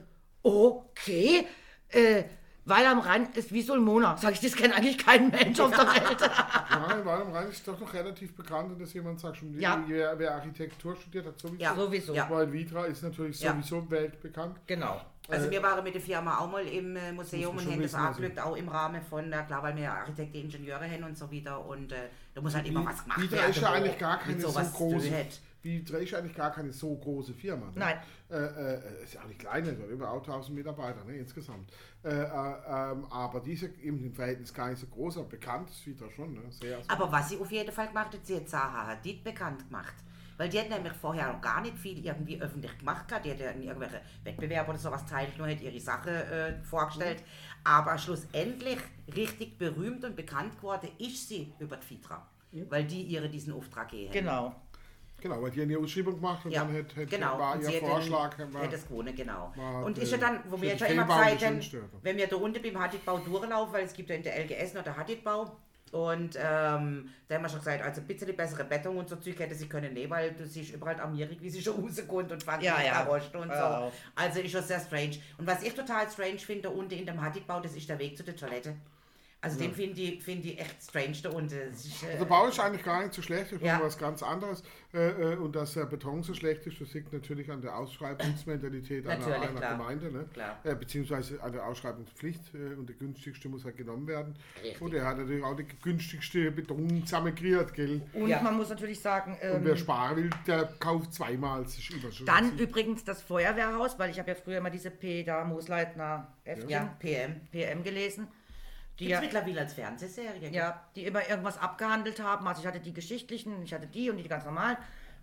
Speaker 1: okay, äh, weil am Rhein ist wie Sulmona. Sag ich, das kennt eigentlich kein Mensch auf der Welt.
Speaker 4: Nein, Weil am Rhein ist doch noch relativ bekannt, und dass jemand sagt, schon,
Speaker 1: Ja.
Speaker 4: wer, wer Architektur studiert hat, sowieso.
Speaker 3: Ja.
Speaker 1: Sowieso.
Speaker 3: Ja.
Speaker 4: Weil Vitra ist natürlich
Speaker 3: Ja.
Speaker 4: sowieso weltbekannt.
Speaker 1: Genau.
Speaker 3: Also wir waren mit der Firma auch mal im äh, Museum
Speaker 4: äh, muss man
Speaker 3: und haben
Speaker 4: schon
Speaker 3: das
Speaker 4: wissen, also-
Speaker 3: angeschaut, auch im Rahmen von, äh, klar, weil wir ja Architekten, Ingenieure haben und so wieder und äh, da muss halt immer was gemacht
Speaker 4: Vitra
Speaker 3: werden.
Speaker 4: ist ja
Speaker 3: wo
Speaker 4: eigentlich gar keine
Speaker 3: mit
Speaker 4: so
Speaker 3: sowas zu tun
Speaker 4: große.
Speaker 3: hat.
Speaker 4: Vitra ist ja eigentlich gar keine so große Firma. Ne?
Speaker 1: Nein.
Speaker 4: Äh, äh, ist ja auch nicht kleine, sondern über 1000 Mitarbeiter ne, insgesamt. Äh, äh, ähm, aber diese eben im Verhältnis gar nicht so groß, aber bekannt ist Vitra schon. Ne? Sehr, sehr
Speaker 3: Aber was sie auf jeden Fall gemacht hat, sie hat Zaha Hadid bekannt gemacht. Weil die hat nämlich vorher noch gar nicht viel irgendwie öffentlich gemacht gehabt. Die hat ja in irgendwelche Wettbewerben oder sowas teilgenommen, hat ihre Sache äh, vorgestellt. Aber schlussendlich richtig berühmt und bekannt geworden ist sie über die FITRA. Weil die ihre diesen Auftrag gegeben haben.
Speaker 1: Genau.
Speaker 4: Genau, weil die haben ihre Ausschreibung gemacht und
Speaker 3: Ja,
Speaker 4: dann hätte, hätte
Speaker 3: genau.
Speaker 4: war
Speaker 3: Und
Speaker 4: ihr
Speaker 3: sie
Speaker 4: Vorschlag.
Speaker 3: hätte,
Speaker 4: war-
Speaker 3: hätte es gewonnen, genau.
Speaker 4: war,
Speaker 3: und ist
Speaker 4: äh,
Speaker 3: ja dann, wo
Speaker 4: für
Speaker 3: wir ja
Speaker 4: den
Speaker 3: schon immer
Speaker 4: Fehlbau
Speaker 3: gesagt
Speaker 4: die
Speaker 3: haben,
Speaker 4: Schönstörung.
Speaker 3: wenn wir da unten beim Hadidbau durchlaufen, weil es gibt ja in der LGS noch der Hadidbau. Und ähm, da haben wir schon gesagt, also ein bisschen die bessere Bettung und so Zeug hätte sie können nehmen, weil du siehst überall am Jährig, wie sie schon rauskommt und fangen
Speaker 1: Ja,
Speaker 3: mit
Speaker 1: ja.
Speaker 3: der Rost und
Speaker 1: Hör
Speaker 3: so.
Speaker 1: auf.
Speaker 3: Also ist schon sehr strange. Und was ich total strange finde, da unten in dem Hadidbau, das ist der Weg zu der Toilette. Also den finde ich, find ich echt strange da unten. Das ist, äh,
Speaker 4: Also Bau ist eigentlich gar nicht so schlecht, ich
Speaker 3: Ja.
Speaker 4: ja. was ganz anderes. Äh, äh, und dass der Beton so schlecht ist, das liegt natürlich an der Ausschreibungsmentalität einer,
Speaker 3: Natürlich,
Speaker 4: einer
Speaker 3: klar.
Speaker 4: Gemeinde, ne?
Speaker 3: Klar.
Speaker 4: Äh, beziehungsweise an der Ausschreibungspflicht äh, und der günstigste muss halt genommen werden. Und er hat natürlich auch die günstigste Beton zusammengekriegt, gell?
Speaker 1: Und
Speaker 3: Ja.
Speaker 1: man muss natürlich sagen,
Speaker 4: Und wer
Speaker 1: ähm,
Speaker 4: sparen will, der kauft zweimal, das ist immer schon.
Speaker 1: dann übrigens das Feuerwehrhaus, weil ich habe ja früher immer diese Peter Moosleitner F
Speaker 3: ja, PM.
Speaker 1: PM gelesen, die
Speaker 3: Gibt es
Speaker 1: ja,
Speaker 3: mittlerweile als Fernsehserie.
Speaker 1: ja, die immer irgendwas abgehandelt haben. Also ich hatte die geschichtlichen, ich hatte die und die ganz normalen.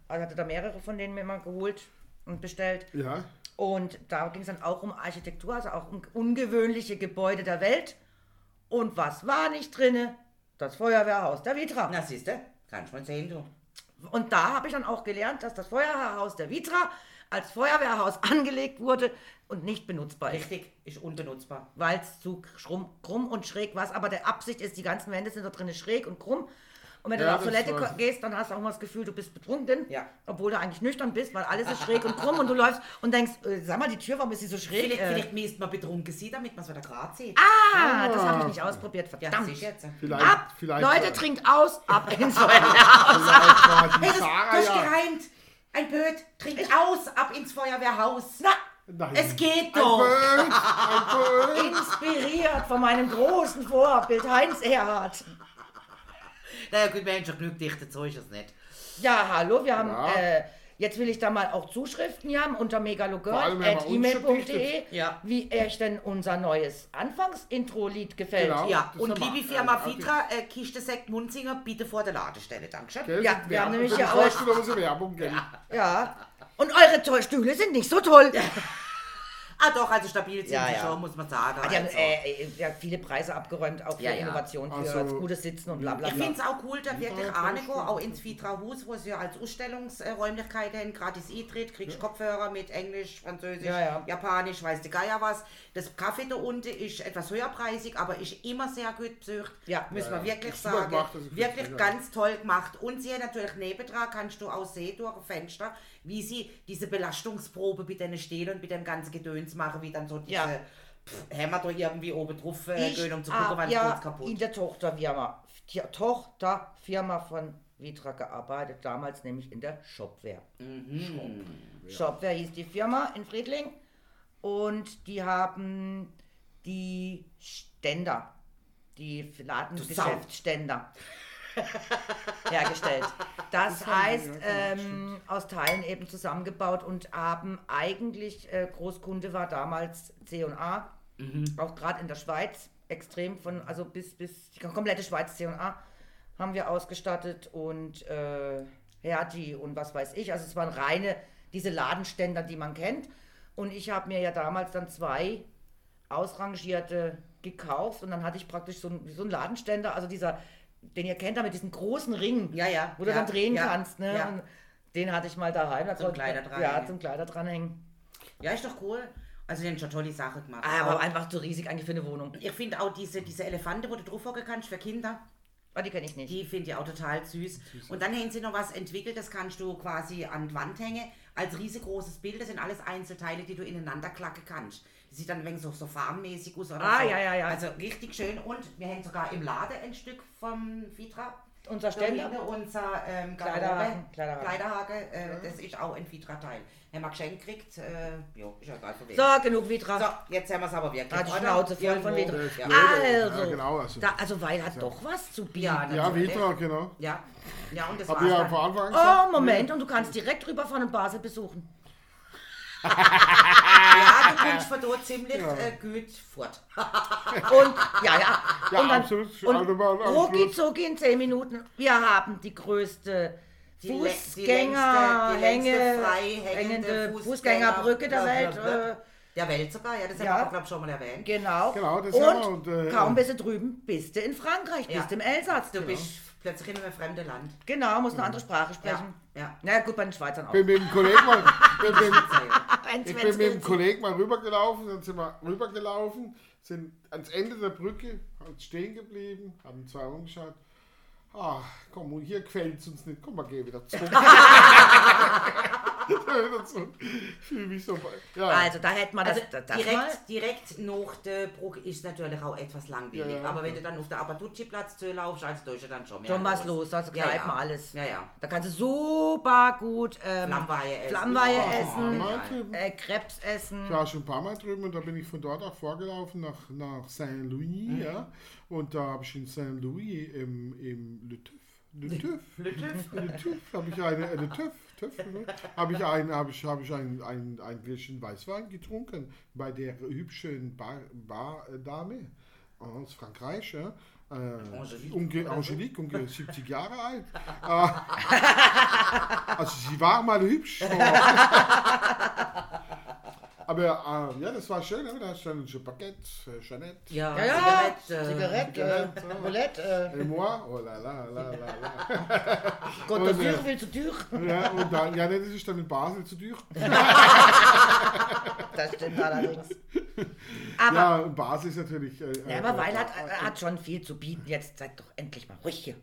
Speaker 1: Also hatte da mehrere von denen mir immer geholt und bestellt.
Speaker 4: Ja,
Speaker 1: Und da ging es dann auch um Architektur, also auch um ungewöhnliche Gebäude der Welt. Und was war nicht drinne? Das Feuerwehrhaus der Vitra.
Speaker 3: Na siehst du, kannst man sehen, du.
Speaker 1: Und da habe ich dann auch gelernt, dass das Feuerwehrhaus der Vitra als Feuerwehrhaus angelegt wurde und nicht benutzbar ist.
Speaker 3: Richtig, ist unbenutzbar.
Speaker 1: Weil es zu schrumm, krumm und schräg war. Aber der Absicht ist, die ganzen Wände sind da drin schräg und krumm. Und wenn du
Speaker 4: Ja,
Speaker 1: dann auf
Speaker 4: das
Speaker 1: Toilette
Speaker 4: war's.
Speaker 1: ko- gehst, dann hast du auch immer das Gefühl, du bist betrunken.
Speaker 3: Ja.
Speaker 1: Obwohl du eigentlich nüchtern bist, weil alles ist schräg und krumm und du läufst und denkst, äh, sag mal, die Tür, warum ist sie so schräg?
Speaker 3: Vielleicht,
Speaker 1: Äh,
Speaker 3: vielleicht misst man betrunken sie, damit man es wieder gerade sieht.
Speaker 1: Ah, das habe ich nicht ausprobiert,
Speaker 3: ja,
Speaker 1: verdammt.
Speaker 3: siehst du jetzt.
Speaker 4: vielleicht.
Speaker 1: ab,
Speaker 4: vielleicht
Speaker 1: Leute,
Speaker 4: äh,
Speaker 1: trinkt aus, ab ins Feuerwehrhaus.
Speaker 4: vielleicht war die
Speaker 3: Hey, das,
Speaker 4: Sarah
Speaker 3: das ist
Speaker 4: ja.
Speaker 3: gereimt. Ein Böd, trink aus, ab ins Feuerwehrhaus. Na,
Speaker 4: Nein.
Speaker 3: es geht
Speaker 4: Ein
Speaker 3: doch.
Speaker 4: Böd, ein Böd.
Speaker 1: Inspiriert von meinem großen Vorbild Heinz Erhardt.
Speaker 3: Naja gut, wir haben schon genug Dichte, so ist es nicht.
Speaker 1: Ja, hallo, wir haben,
Speaker 4: Ja.
Speaker 1: äh, jetzt will ich da mal auch Zuschriften hier haben unter
Speaker 4: Vor allem haben wir uns
Speaker 1: megalogirl.email.de,
Speaker 4: verpflichtet.
Speaker 3: Ja.
Speaker 1: wie euch denn unser neues Anfangs-Intro-Lied gefällt.
Speaker 4: Genau.
Speaker 3: Ja,
Speaker 4: das
Speaker 3: und
Speaker 4: haben wir-
Speaker 3: liebe Firma
Speaker 4: äh,
Speaker 3: Vitra, äh, Kiste Sekt Munzinger, bitte vor der Ladestelle, Dankeschön.
Speaker 4: Gell,
Speaker 1: Ja,
Speaker 4: sind
Speaker 1: wir
Speaker 4: Werbung.
Speaker 1: haben nämlich
Speaker 4: Wenn
Speaker 1: ja
Speaker 4: du
Speaker 1: auch-
Speaker 4: vorstellst, da muss eine Werbung, gell?
Speaker 1: Ja. Und eure to Stühle sind nicht so toll.
Speaker 3: Ah doch, also stabil sind
Speaker 1: Ja,
Speaker 3: sie
Speaker 1: ja.
Speaker 3: schon, muss man sagen.
Speaker 1: Die haben
Speaker 3: also.
Speaker 1: äh, äh, ja, viele Preise abgeräumt, auch für
Speaker 3: Ja, ja.
Speaker 1: Innovation, für
Speaker 4: Also-
Speaker 1: das gutes Sitzen und bla bla
Speaker 3: Ich
Speaker 1: bla.
Speaker 3: finde es auch cool, dass wirklich
Speaker 4: Vitra
Speaker 3: Arnego auch ins Vitra-Hus, wo sie ja als Ausstellungsräumlichkeit haben, gratis eintritt, kriegst Kopfhörer mit Englisch, Französisch,
Speaker 1: Ja, ja.
Speaker 3: Japanisch, weiß der Geier was. Das Kaffee da unten ist etwas höherpreisig, aber ist immer sehr gut besucht,
Speaker 1: Ja.
Speaker 3: müssen
Speaker 4: Ja,
Speaker 3: wir
Speaker 4: ja.
Speaker 3: wirklich
Speaker 4: Ist super
Speaker 3: sagen.
Speaker 4: gemacht,
Speaker 1: also
Speaker 4: das ist
Speaker 3: wirklich
Speaker 4: richtig, ja.
Speaker 3: ganz toll gemacht. Und sie hat natürlich nebendran, kannst du auch sehen durch ein Fenster, wie sie diese Belastungsprobe mit den Stelen und mit dem ganzen Gedöns machen, wie dann so diese...
Speaker 1: Ja.
Speaker 3: pff, Hämmer da irgendwie oben drauf äh,
Speaker 1: Ich
Speaker 3: gehen, um zu
Speaker 1: hab
Speaker 3: gucken, wann
Speaker 1: ja
Speaker 3: kurz kaputt.
Speaker 1: in der Tochterfirma, die Tochterfirma von Vitra gearbeitet, damals nämlich in der Shopware.
Speaker 3: Mhm.
Speaker 1: Shop. Shopware hieß die Firma in Friedling und die haben die Ständer, die Ladengeschäftsständer hergestellt. Das heißt, ähm, aus Teilen eben zusammengebaut und haben eigentlich, äh, Großkunde war damals C&A, auch gerade in der Schweiz extrem von, also bis, bis die komplette Schweiz C&A haben wir ausgestattet und äh, Hertie und was weiß ich. Also es waren reine diese Ladenständer, die man kennt. Und ich habe mir ja damals dann zwei ausrangierte gekauft und dann hatte ich praktisch so einen, so einen Ladenständer, also dieser, den ihr kennt da mit diesen großen Ringen,
Speaker 3: Ja, ja,
Speaker 1: wo du
Speaker 3: ja,
Speaker 1: dann drehen
Speaker 3: ja,
Speaker 1: kannst. Ne?
Speaker 3: ja.
Speaker 1: Und den hatte ich mal daheim. da
Speaker 3: Zum
Speaker 1: konnte-
Speaker 3: Kleider
Speaker 1: Ja,
Speaker 3: dranhängen.
Speaker 1: zum Kleider dranhängen.
Speaker 3: Ja, ist doch cool. Also die haben schon tolle Sachen gemacht.
Speaker 1: Ah, Aber
Speaker 3: Auch-
Speaker 1: einfach zu riesig eigentlich für eine Wohnung.
Speaker 3: ich finde auch diese, diese Elefante, wo du drauf hocken kannst für Kinder,
Speaker 1: Aber die kenne ich nicht.
Speaker 3: die finde ich auch total süß. Und dann haben sie noch was entwickelt, das kannst du quasi an die Wand hängen als riesengroßes Bild. Das sind alles Einzelteile, die du ineinander klacken kannst. Das sieht dann ein wenig so, so farbenmäßig aus. Oder
Speaker 1: Ah,
Speaker 3: so.
Speaker 1: ja, ja, ja.
Speaker 3: Also richtig schön. Und wir hängen sogar im Laden ein Stück vom Vitra.
Speaker 1: Unser Ständer.
Speaker 3: Dominik, Also Unser ähm,
Speaker 1: Kleiderhaken,
Speaker 3: Garderobe.
Speaker 1: Kleiderhaken.
Speaker 3: Kleiderhaken. Äh, Das ist auch ein Vitra-Teil. Wenn man geschenkt kriegt, äh, jo, ist ja geil von wem.
Speaker 1: So, genug Vitra.
Speaker 3: So, jetzt haben wir es aber wirklich.
Speaker 1: Ah, die
Speaker 3: oder?
Speaker 1: Schnauze voll von
Speaker 3: Irgendwo.
Speaker 1: Vitra.
Speaker 3: Ja.
Speaker 4: Ja.
Speaker 1: Also,
Speaker 4: Ja, genau, also.
Speaker 1: Da, also Weil hat doch was zu bieten.
Speaker 3: Ja,
Speaker 4: Ja,
Speaker 3: Natürlich.
Speaker 4: Vitra, genau.
Speaker 3: ja, ja, und das
Speaker 4: Hab ich ja
Speaker 3: war
Speaker 4: vor Anfang an gesagt.
Speaker 1: Oh, Moment, und du kannst direkt rüberfahren und Basel besuchen.
Speaker 3: Ja, du kommst von dort ziemlich äh, gut fort.
Speaker 1: Ah, Und, ja, ja.
Speaker 4: Ja,
Speaker 1: und dann,
Speaker 4: absolut. Also
Speaker 1: Und
Speaker 4: mal am Schluss.
Speaker 1: rucki zucki in 10 Minuten. Wir haben die größte
Speaker 3: Die lä- die
Speaker 1: Fußgänger,
Speaker 3: längste- die längste
Speaker 1: Hänge,
Speaker 3: frei hängende
Speaker 1: hängende Fußgängerbrücke
Speaker 3: Fußgängerbrücke der
Speaker 1: der Welt.
Speaker 3: Welt.
Speaker 1: Äh,
Speaker 3: Der Welt sogar, ja, das
Speaker 1: Ja.
Speaker 3: haben wir, glaube ich, schon mal erwähnt.
Speaker 1: genau.
Speaker 4: ne? Genau, das haben wir.
Speaker 1: und,
Speaker 4: Und, Genau. äh,
Speaker 1: kaum bist du drüben, bist du in Frankreich,
Speaker 3: Ja.
Speaker 1: bist im Elsass.
Speaker 3: Du bist plötzlich in einem fremden Land.
Speaker 1: Genau, musst eine andere Sprache
Speaker 3: Ja,
Speaker 1: sprechen.
Speaker 3: ja.
Speaker 1: Na gut, bei den Schweizern auch.
Speaker 4: Mhm. Bin mit dem Kollegen mal, bin mit, dem-
Speaker 1: Wenn's-
Speaker 4: ich bin
Speaker 1: wenn's
Speaker 4: mit dem
Speaker 1: geht.
Speaker 4: Kollegen mal rübergelaufen, dann sind wir rübergelaufen, sind ans Ende der Brücke, haben stehen geblieben, haben zwei umgeschaut. Ah, komm, hier gefällt es uns nicht. Komm, mal geh wieder zurück. wieder zurück. Ich fühle mich so. Ja.
Speaker 1: Also, da hätten wir das,
Speaker 3: Also
Speaker 1: das, das mal.
Speaker 3: direkt, direkt nach der Brücke ist natürlich auch etwas langweilig.
Speaker 4: Ja, ja.
Speaker 3: Aber wenn du dann auf der Abatucci-Platz zulaufst, also da ist ja dann schon mehr
Speaker 1: Schon was los, also
Speaker 3: Ja,
Speaker 1: gleich
Speaker 3: ja.
Speaker 1: mal alles.
Speaker 3: Ja, ja.
Speaker 1: Da kannst du super gut ähm,
Speaker 3: Flammweihe essen.
Speaker 1: Flammweihe
Speaker 3: Oh,
Speaker 1: essen,
Speaker 4: Mal drüben.
Speaker 1: äh, Krebs essen.
Speaker 4: Ich war schon ein paar Mal drüben und da bin ich von dort auch vorgelaufen nach, nach Saint-Louis. Ja. Und da habe ich in Saint-Louis im, im Le Tuff. Le Tuff. Le Tuff. habe ich eine, eine Tuff. Tuff ne? habe ich ein, habe ich, habe ich ein, ein, ein Gläschen Weißwein getrunken bei der hübschen Bar, Bardame aus Frankreich. Ja. Äh,
Speaker 3: Angelique
Speaker 4: Unge, Angelique, unge 70 Jahre alt. Äh, also sie war mal hübsch. Aber ähm, ja, das war schön, ne? da stand ein Paket, äh, Jeanette,
Speaker 3: Ja,
Speaker 1: Ja, ja,
Speaker 3: Zigarette.
Speaker 1: Zigarette, äh, Roulette, äh,
Speaker 4: et moi, oh la la la la la.
Speaker 1: Gott,
Speaker 4: Und,
Speaker 1: das
Speaker 4: äh,
Speaker 1: Dürr will zu Dürr.
Speaker 4: Ja, und dann, ja, ne, das ist dann in Basel zu teuer.
Speaker 1: Das stimmt allerdings. Aber,
Speaker 4: Ja, in Basel ist natürlich. Äh,
Speaker 1: ja, aber
Speaker 4: äh,
Speaker 1: Weil hat,
Speaker 4: äh,
Speaker 1: äh, hat schon viel zu bieten. Jetzt seid doch endlich mal ruhig hier.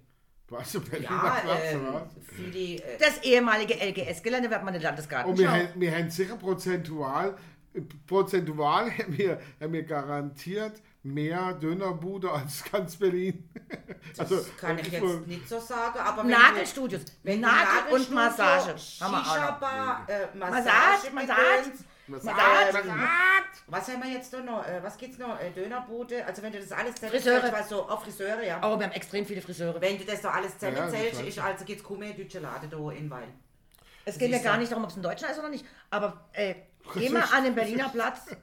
Speaker 4: Weißt du, Berliner
Speaker 3: Ja,
Speaker 4: Platz,
Speaker 3: ähm,
Speaker 4: oder?
Speaker 3: viele, äh,
Speaker 1: Das ehemalige LGS-Gelände wird man in den
Speaker 4: Und
Speaker 1: Landesgarten
Speaker 4: wir,
Speaker 1: schauen.
Speaker 4: haben, wir haben sicher prozentual, äh, prozentual haben wir, haben wir garantiert mehr Dönerbude als ganz Berlin. Also,
Speaker 3: das
Speaker 1: Also,
Speaker 3: kann ich jetzt nicht so sagen, aber wenn du-
Speaker 1: Nagelstudios.
Speaker 3: wenn du
Speaker 1: Nagel und
Speaker 3: Nagelstudio,
Speaker 1: Massage. Haben wir auch noch.
Speaker 3: Shisha-Bar, äh,
Speaker 1: Massage,
Speaker 3: Massage,
Speaker 1: Massage.
Speaker 3: Gedöns.
Speaker 1: Massage,
Speaker 3: Ähm,
Speaker 1: Massage.
Speaker 3: Was haben wir jetzt da noch? Äh, Was gibt's noch? Äh, Dönerbude? Also wenn du das alles
Speaker 1: Friseure.
Speaker 3: zählst, was so auf Friseure, ja.
Speaker 1: Oh, wir haben extrem viele Friseure.
Speaker 3: Wenn du das da alles
Speaker 4: Ja, das
Speaker 3: zusammenzählst,
Speaker 4: weiß
Speaker 3: ist also gibt's kaum mehr deutsche Lade da in Weil.
Speaker 1: Es geht ja
Speaker 3: Siehst du?
Speaker 1: gar nicht darum, ob es ein Deutscher ist oder nicht. Aber äh, geh mal an den Berliner Platz.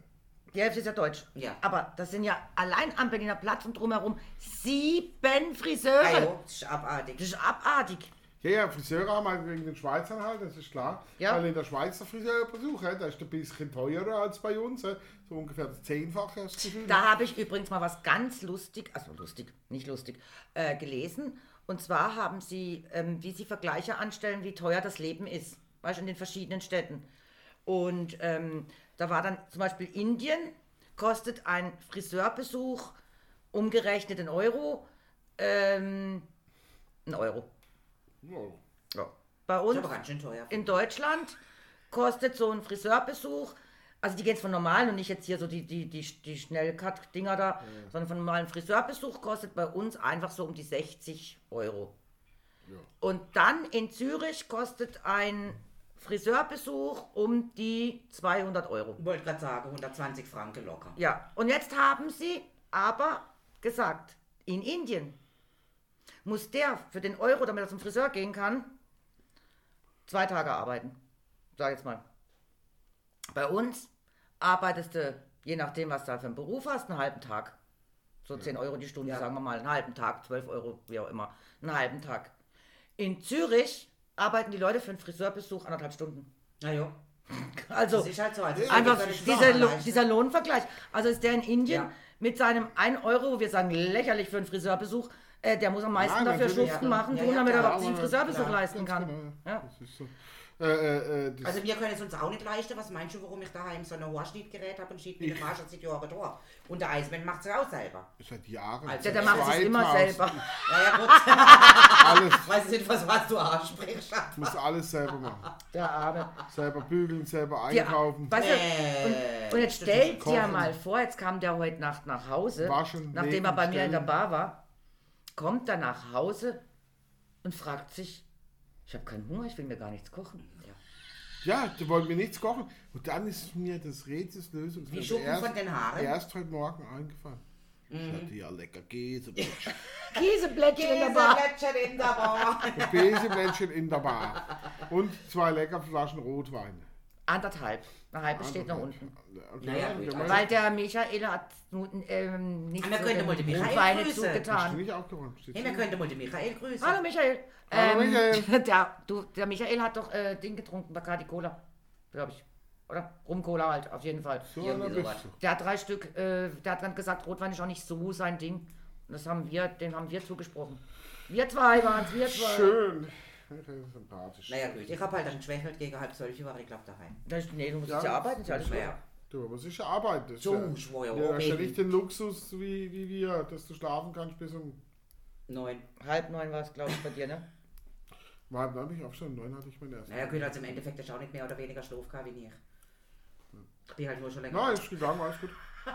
Speaker 1: Die Hälfte ist ja deutsch.
Speaker 3: Ja.
Speaker 1: Aber das sind ja allein am Berliner Platz und drumherum sieben
Speaker 3: Ajo,
Speaker 1: Friseure.
Speaker 3: das ist abartig.
Speaker 1: Das ist abartig.
Speaker 4: Ja, ja, Friseure haben halt wegen den Schweizern halt, das ist klar.
Speaker 1: Ja.
Speaker 4: Weil in der Schweiz der Friseur besucht, da ist der ein bisschen teurer als bei uns. he. So ungefähr das Zehnfache hast du Gefühl.
Speaker 1: Da habe ich übrigens mal was ganz lustig, also lustig, nicht lustig, äh, gelesen. Und zwar haben sie, ähm, wie sie Vergleiche anstellen, wie teuer das Leben ist. Weißt du, in den verschiedenen Städten. Und ähm, da war dann zum Beispiel Indien, kostet ein Friseurbesuch umgerechnet in Euro, ähm, ein Euro.
Speaker 4: Ja.
Speaker 1: Ja. Bei
Speaker 3: Das
Speaker 1: uns
Speaker 3: ist aber ganz schön teuer.
Speaker 1: in Deutschland kostet so ein Friseurbesuch, also die gehen jetzt von normalen und nicht jetzt hier so die, die, die, die Schnellcut-Dinger da, sondern von normalen Friseurbesuch kostet bei uns einfach so um die 60 Euro. Und dann in Zürich kostet ein Friseurbesuch um die 200 Euro.
Speaker 3: Ich wollte gerade sagen, 120 Franken locker.
Speaker 1: Ja, und jetzt haben sie aber gesagt, in Indien muss der für den Euro, damit er zum Friseur gehen kann, zwei Tage arbeiten. Sag jetzt mal. Bei uns arbeitest du, je nachdem, was du da für einen Beruf hast, einen halben Tag. So 10 Euro die Stunde, sagen wir mal, einen halben Tag, 12 Euro, wie auch immer, einen halben Tag. In Zürich arbeiten die Leute für einen Friseurbesuch anderthalb Stunden.
Speaker 3: Naja,
Speaker 1: Also,
Speaker 3: das ist halt so. Also
Speaker 1: Einfach
Speaker 3: das ist
Speaker 1: dieser, Lo
Speaker 3: Lohnvergleich.
Speaker 1: dieser Lohnvergleich. Also ist der in Indien
Speaker 3: Ja.
Speaker 1: mit seinem 1 Euro, wo wir sagen lächerlich für einen Friseurbesuch, äh, der muss am meisten
Speaker 4: Nein,
Speaker 1: dafür
Speaker 4: natürlich,
Speaker 1: Schuften
Speaker 4: ja.
Speaker 1: machen,
Speaker 3: Ja,
Speaker 1: tun,
Speaker 3: ja,
Speaker 1: damit er
Speaker 3: klar,
Speaker 1: überhaupt sich einen
Speaker 4: aber-
Speaker 1: Friseurbesuch
Speaker 4: klar,
Speaker 1: leisten
Speaker 4: ganz
Speaker 1: kann.
Speaker 4: genau,
Speaker 1: ja.
Speaker 4: Das ist so. Äh, äh, äh, das
Speaker 3: Also wir können es uns auch nicht leisten. Was meinst du, warum ich daheim so ein Horschnittgerät habe und schnitt mit dem Arsch schon seit Jahren durch? Und der Eismann macht es auch selber.
Speaker 4: seit Jahren.
Speaker 3: Also
Speaker 1: Ja, der macht es immer
Speaker 4: 2000.
Speaker 1: selber.
Speaker 3: Ja, ja, gut.
Speaker 4: Alles,
Speaker 3: Weiß ich nicht, was, was du ansprichst.
Speaker 4: muss alles selber machen.
Speaker 1: Der Arme.
Speaker 4: Selber bügeln, selber
Speaker 1: Ja,
Speaker 4: einkaufen.
Speaker 1: weißt du,
Speaker 3: Äh,
Speaker 1: und, und jetzt stell
Speaker 4: nicht
Speaker 1: dir
Speaker 4: kochen.
Speaker 1: mal vor, jetzt kam der heute Nacht nach Hause,
Speaker 4: Waschen,
Speaker 1: nachdem
Speaker 4: legen,
Speaker 1: er bei mir in
Speaker 4: stellen.
Speaker 1: der Bar war, kommt er nach Hause und fragt sich, ich habe keinen Hunger, ich will mir gar nichts kochen.
Speaker 4: Ja, die wollen mir nichts kochen. Und dann ist mir das Rätsels Lösung.
Speaker 3: Die Schuppen von den Haaren. Mhm.
Speaker 4: Erst heute Morgen eingefallen. Ich hatte ja lecker Käse.
Speaker 1: Käseblättchen in der Bar.
Speaker 3: Käseplätschern in der Bar.
Speaker 4: Käsemännchen in der Bar. Und zwei lecker Flaschen Rotwein. Also
Speaker 1: Anderthalb. Eine halbe steht noch unten.
Speaker 4: Okay,
Speaker 3: Naja, gut,
Speaker 4: der
Speaker 3: also-
Speaker 1: Weil der Michael hat nun, ähm, nicht
Speaker 3: Aber wir können mal den Michael
Speaker 1: Weine
Speaker 3: grüßen.
Speaker 4: Hast du
Speaker 1: zugetan.
Speaker 4: nicht aufgeräumt? Steht
Speaker 3: Hey, wir könnten mal den Michael grüßen.
Speaker 1: Hallo Michael.
Speaker 4: Hallo,
Speaker 1: Ähm,
Speaker 4: Michael.
Speaker 1: Der, du, der Michael hat doch äh, Ding getrunken, Bacardi Cola, glaube ich. Oder? Rum-Cola halt, auf jeden Fall.
Speaker 4: so,
Speaker 3: irgendwie
Speaker 4: da bist
Speaker 3: sowas.
Speaker 4: du.
Speaker 1: Der hat drei Stück, äh, der hat dann gesagt, Rotwein ist auch nicht so sein Ding. Und das haben wir, dem haben wir zugesprochen. Wir zwei waren wir zwei.
Speaker 4: Schön. Sympathisch.
Speaker 3: Naja, gut. Ich hab halt dann geschwächelt gegen halb zwölf, war ich glaub daheim.
Speaker 1: Da ist- Nee, du musst
Speaker 4: Ja.
Speaker 1: ja, arbeiten, ist ja alles gut.
Speaker 3: Naja.
Speaker 4: Du musst sicher arbeiten. Das
Speaker 3: So,
Speaker 4: ist
Speaker 3: ich war ja
Speaker 4: ja, ja,
Speaker 3: auch
Speaker 4: ist ja nicht
Speaker 3: wegen
Speaker 4: den Luxus wie, wie wir, dass du schlafen kannst bis um
Speaker 3: neun.
Speaker 1: Halb neun war es, glaube ich, bei dir, ne?
Speaker 4: halb neun bin ich aufstehen. Neun hatte ich mein erstes.
Speaker 3: Naja, gut, also im Endeffekt hast du auch nicht mehr oder weniger Stoff gehabt wie ich. Ich bin halt nur schon länger.
Speaker 4: Nein, ist gegangen, alles gut.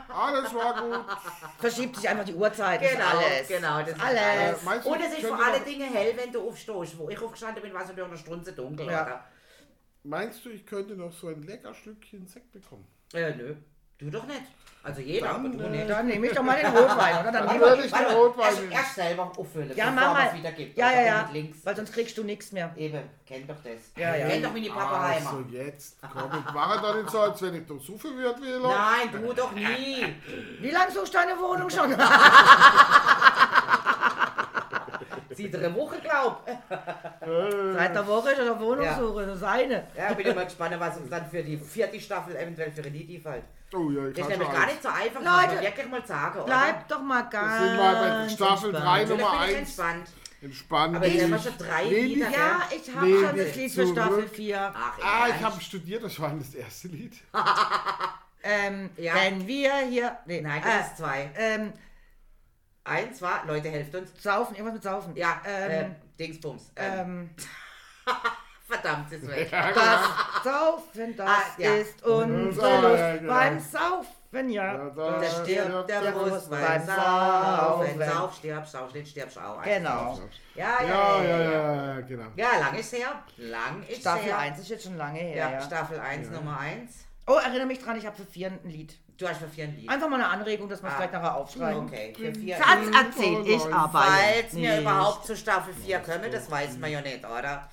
Speaker 4: Alles war gut.
Speaker 1: Verschiebt sich einfach die Uhrzeit. ist
Speaker 3: Genau,
Speaker 1: alles. Äh,
Speaker 3: genau, das
Speaker 1: Ist
Speaker 3: ist
Speaker 1: alles.
Speaker 4: alles. Meinst du,
Speaker 3: Und es ist vor
Speaker 4: könnte man-
Speaker 3: allen Dingen hell, wenn du aufstehst. Wo ich aufgestanden bin, war es unter einer Strunze dunkel.
Speaker 1: Ja.
Speaker 4: Meinst du, ich könnte noch so ein lecker Stückchen Sekt bekommen?
Speaker 3: Oder? Äh, nö. Du doch nicht. Also jeder,
Speaker 4: Dann,
Speaker 3: aber du
Speaker 4: äh,
Speaker 3: nicht.
Speaker 1: Dann nehme ich doch mal den Rotwein, oder? Dann
Speaker 4: Dann
Speaker 1: nehme ich.
Speaker 4: würde ich den
Speaker 3: Warte,
Speaker 4: Rotwein
Speaker 3: erst,
Speaker 4: nehmen.
Speaker 3: erst selber auffüllen,
Speaker 1: Ja, mach
Speaker 3: bevor
Speaker 1: mal.
Speaker 3: es wieder gibt.
Speaker 1: Ja,
Speaker 3: Also
Speaker 1: ja,
Speaker 3: bin
Speaker 1: ja.
Speaker 3: mit Links.
Speaker 1: Weil sonst kriegst du nichts mehr.
Speaker 3: Eben, kennt doch das.
Speaker 1: Ja, ja. Ah,
Speaker 3: Kennt doch meine Papaheimer.
Speaker 4: Also jetzt, komm, ich mache doch nicht so, als wenn ich doch suchen würde, wie Leute.
Speaker 3: Nein, du doch nie.
Speaker 1: Wie lange suchst du deine Wohnung schon?
Speaker 3: Seit einer Woche, glaub.
Speaker 1: Seit der Woche ist er auf Wohnungssuche, so seine.
Speaker 3: Ja, bin immer gespannt, was uns dann für die vierte Staffel eventuell für Elite fällt.
Speaker 4: Oh ja, ich
Speaker 3: Das ist
Speaker 4: kann schon
Speaker 3: nämlich gar
Speaker 4: alles.
Speaker 3: nicht so einfach, muss
Speaker 1: Leute,
Speaker 3: man wirklich mal sagen, oder?
Speaker 1: Bleib doch mal ganz.
Speaker 4: sind wir bei Staffel
Speaker 1: entspannt.
Speaker 4: drei,
Speaker 3: Vielleicht
Speaker 4: Nummer
Speaker 3: bin ich
Speaker 4: eins.
Speaker 3: entspannt.
Speaker 4: Entspannt.
Speaker 3: Aber jetzt haben wir schon drei
Speaker 4: Nee,
Speaker 3: Lieder.
Speaker 4: nicht-
Speaker 1: Ja, ich habe
Speaker 4: Nee,
Speaker 1: schon
Speaker 4: nee,
Speaker 1: das Lied für Staffel
Speaker 4: zurück.
Speaker 1: 4.
Speaker 3: Ach,
Speaker 4: Ah, ich
Speaker 3: ernst?
Speaker 4: habe studiert, das war das erste Lied.
Speaker 1: Ähm,
Speaker 3: Ja.
Speaker 1: Wenn wir hier. Nee,
Speaker 3: Nein,
Speaker 1: äh,
Speaker 3: das ist zwei.
Speaker 1: ähm,
Speaker 3: Eins war, Leute, helft uns.
Speaker 1: saufen, irgendwas mit Saufen.
Speaker 3: Ja,
Speaker 1: ähm,
Speaker 3: ähm, Dingsbums. Ähm,
Speaker 1: ähm,
Speaker 3: verdammt, ist weg.
Speaker 1: das Saufen, das
Speaker 3: Ah, ja.
Speaker 1: ist unsere
Speaker 4: Ja,
Speaker 1: Lust.
Speaker 4: ja, genau.
Speaker 1: Beim Saufen, ja.
Speaker 3: Da
Speaker 4: da
Speaker 3: stirbt der Brust beim
Speaker 1: beim
Speaker 3: Saufen.
Speaker 1: Saufen.
Speaker 3: Sauf, stirb, sauf, nicht stirb, schau.
Speaker 1: Genau.
Speaker 3: Ja,
Speaker 4: Ja, ja, ja, ja, genau.
Speaker 3: Ja, lang ist her. Lang ist
Speaker 1: Staffel
Speaker 3: her.
Speaker 1: 1 ist jetzt schon lange her.
Speaker 3: Ja,
Speaker 1: Ja,
Speaker 3: Staffel 1, Nummer 1.
Speaker 1: Oh, erinnere mich dran, ich habe für vier ein Lied.
Speaker 3: Du hast für vier ein Lied.
Speaker 1: Einfach mal eine Anregung, dass wir es
Speaker 3: Ah.
Speaker 1: gleich nachher aufschreiben.
Speaker 3: Okay, für vier.
Speaker 1: Satz erzählt, ich arbeite.
Speaker 3: Falls wir
Speaker 1: nicht.
Speaker 3: überhaupt zu Staffel 4 kommen, das weiß man ja nicht, oder?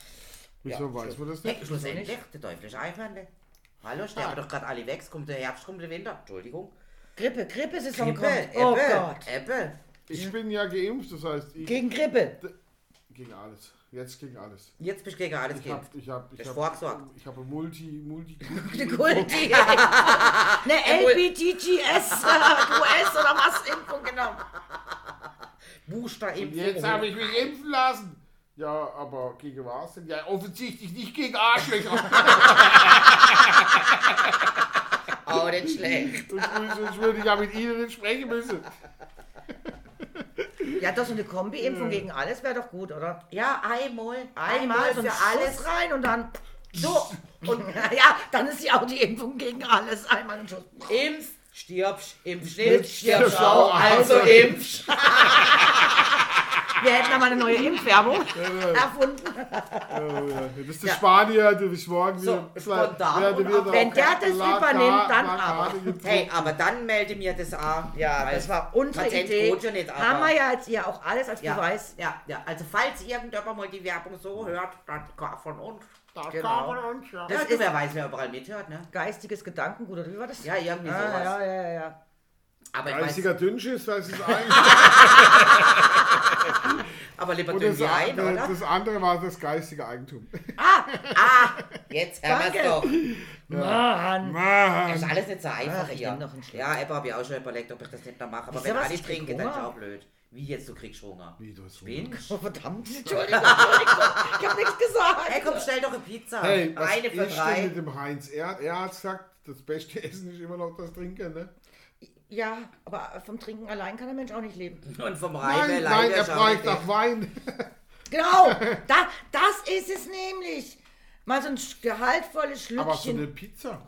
Speaker 4: Wieso weiß man das
Speaker 3: Hey,
Speaker 4: nicht?
Speaker 3: schlussendlich, der Teufel ist Eifernde. Hallo, sterben doch gerade alle weg, es kommt der Herbst, kommt der Winter. Entschuldigung.
Speaker 1: Grippe, Grippe-Saison
Speaker 3: Grippe,
Speaker 1: kommt. Oh
Speaker 3: Äpfel,
Speaker 1: Gott.
Speaker 3: Äpfel.
Speaker 4: Ich bin ja geimpft, das heißt, ich
Speaker 1: Gegen Grippe.
Speaker 4: gegen alles. Jetzt gegen alles.
Speaker 3: Jetzt bist du gegen alles
Speaker 4: Ich hab,
Speaker 3: geimpft.
Speaker 4: ich hab, ich
Speaker 3: Ist
Speaker 4: hab,
Speaker 3: vorgesorgt.
Speaker 4: ich habe Multi, Multi.
Speaker 1: Eine Kulti. Eine LBTGS. US oder was? Impfung, genau.
Speaker 3: Booster
Speaker 4: Und jetzt habe ich mich impfen lassen. Ja, aber gegen was denn? Ja, offensichtlich nicht gegen Arschlöcher.
Speaker 3: Oh, nicht schlecht.
Speaker 4: Sonst sonst würde ich ja mit Ihnen nicht sprechen müssen.
Speaker 1: Ja, doch so eine Kombi-Impfung gegen alles wäre doch gut, oder?
Speaker 3: Hm. Ja, einmal.
Speaker 1: Einmal so
Speaker 3: für
Speaker 1: einen
Speaker 3: alles.
Speaker 1: Schuss rein und dann. So. Und ja, dann ist ja auch die Impfung gegen alles. Einmal ein Schuss.
Speaker 3: Impf, stirbst, impfst nicht, stirbst
Speaker 4: stirbst
Speaker 3: auch,
Speaker 4: auch,
Speaker 3: also
Speaker 4: also
Speaker 3: impfst.
Speaker 1: Wir hätten da mal eine neue Impfwerbung erfunden.
Speaker 4: Oh, ja. Das ist der Spanier, der bis morgen
Speaker 3: So,
Speaker 4: wieder-
Speaker 3: spontan
Speaker 4: Wer-
Speaker 3: und
Speaker 4: wer-
Speaker 3: ab-
Speaker 1: Wenn der das
Speaker 4: Plaka-
Speaker 1: übernimmt, dann
Speaker 4: Plakate
Speaker 1: aber.
Speaker 4: gedruckt.
Speaker 3: Hey, aber dann melde mir das an.
Speaker 1: Ja, das war unsere
Speaker 3: Patent
Speaker 1: Idee.
Speaker 3: geht ja nicht, aber-
Speaker 1: Haben wir ja jetzt hier auch alles als
Speaker 3: ja,
Speaker 1: Beweis.
Speaker 3: Ja, ja, also falls irgendjemand mal die Werbung so hört, dann kann von uns.
Speaker 4: Da kann
Speaker 1: Genau.
Speaker 4: man uns, ja.
Speaker 3: Das
Speaker 1: Das
Speaker 3: ist,
Speaker 1: ist-
Speaker 3: wer weiß, wer überall mithört, ne?
Speaker 1: Geistiges Gedankengut, oder wie war das?
Speaker 3: Ja, irgendwie
Speaker 1: ah,
Speaker 3: sowas.
Speaker 1: ja, ja, ja, ja.
Speaker 3: Aber, ich weiß,
Speaker 4: Einziger Dünnschiss, das ist eigentlich.
Speaker 3: aber lieber
Speaker 4: Und
Speaker 3: dünn
Speaker 4: das,
Speaker 3: wie ein, oder?
Speaker 4: das andere war das geistige Eigentum.
Speaker 3: Ah, ah, jetzt haben wir
Speaker 1: Danke.
Speaker 3: es doch.
Speaker 1: Mann.
Speaker 4: Mann.
Speaker 3: Ist alles nicht so einfach
Speaker 1: Ach, ich
Speaker 3: hier.
Speaker 1: nehm noch einen Schluck.
Speaker 3: ja, eben habe ich auch schon überlegt, ob ich das nicht mehr mache. Aber
Speaker 1: Wisst ihr
Speaker 3: wenn
Speaker 1: was?
Speaker 3: alle
Speaker 1: Ich krieg
Speaker 3: trinken, dann ist
Speaker 1: Hunger.
Speaker 3: auch blöd. Wie jetzt, du kriegst Hunger.
Speaker 4: Wie, du hast
Speaker 3: Spinnst?
Speaker 1: Oh, verdammt, Entschuldigung, Äh, Entschuldigung. Ich hab nichts gesagt.
Speaker 3: Hey, komm, stell doch eine Pizza.
Speaker 4: Hey, was
Speaker 3: eine für
Speaker 4: ist denn
Speaker 3: drei.
Speaker 4: mit dem Heinz? Er, er hat gesagt, das beste Essen ist immer noch das Trinken, ne?
Speaker 1: Ja, aber vom Trinken allein kann der Mensch auch nicht leben.
Speaker 3: Und vom Reibe
Speaker 4: Nein, nein,
Speaker 3: leider
Speaker 4: er braucht nach Wein.
Speaker 1: Genau, da, das ist es nämlich. Mal so ein sch- gehaltvolles
Speaker 4: Aber so
Speaker 1: Schlückchen.
Speaker 4: eine Pizza.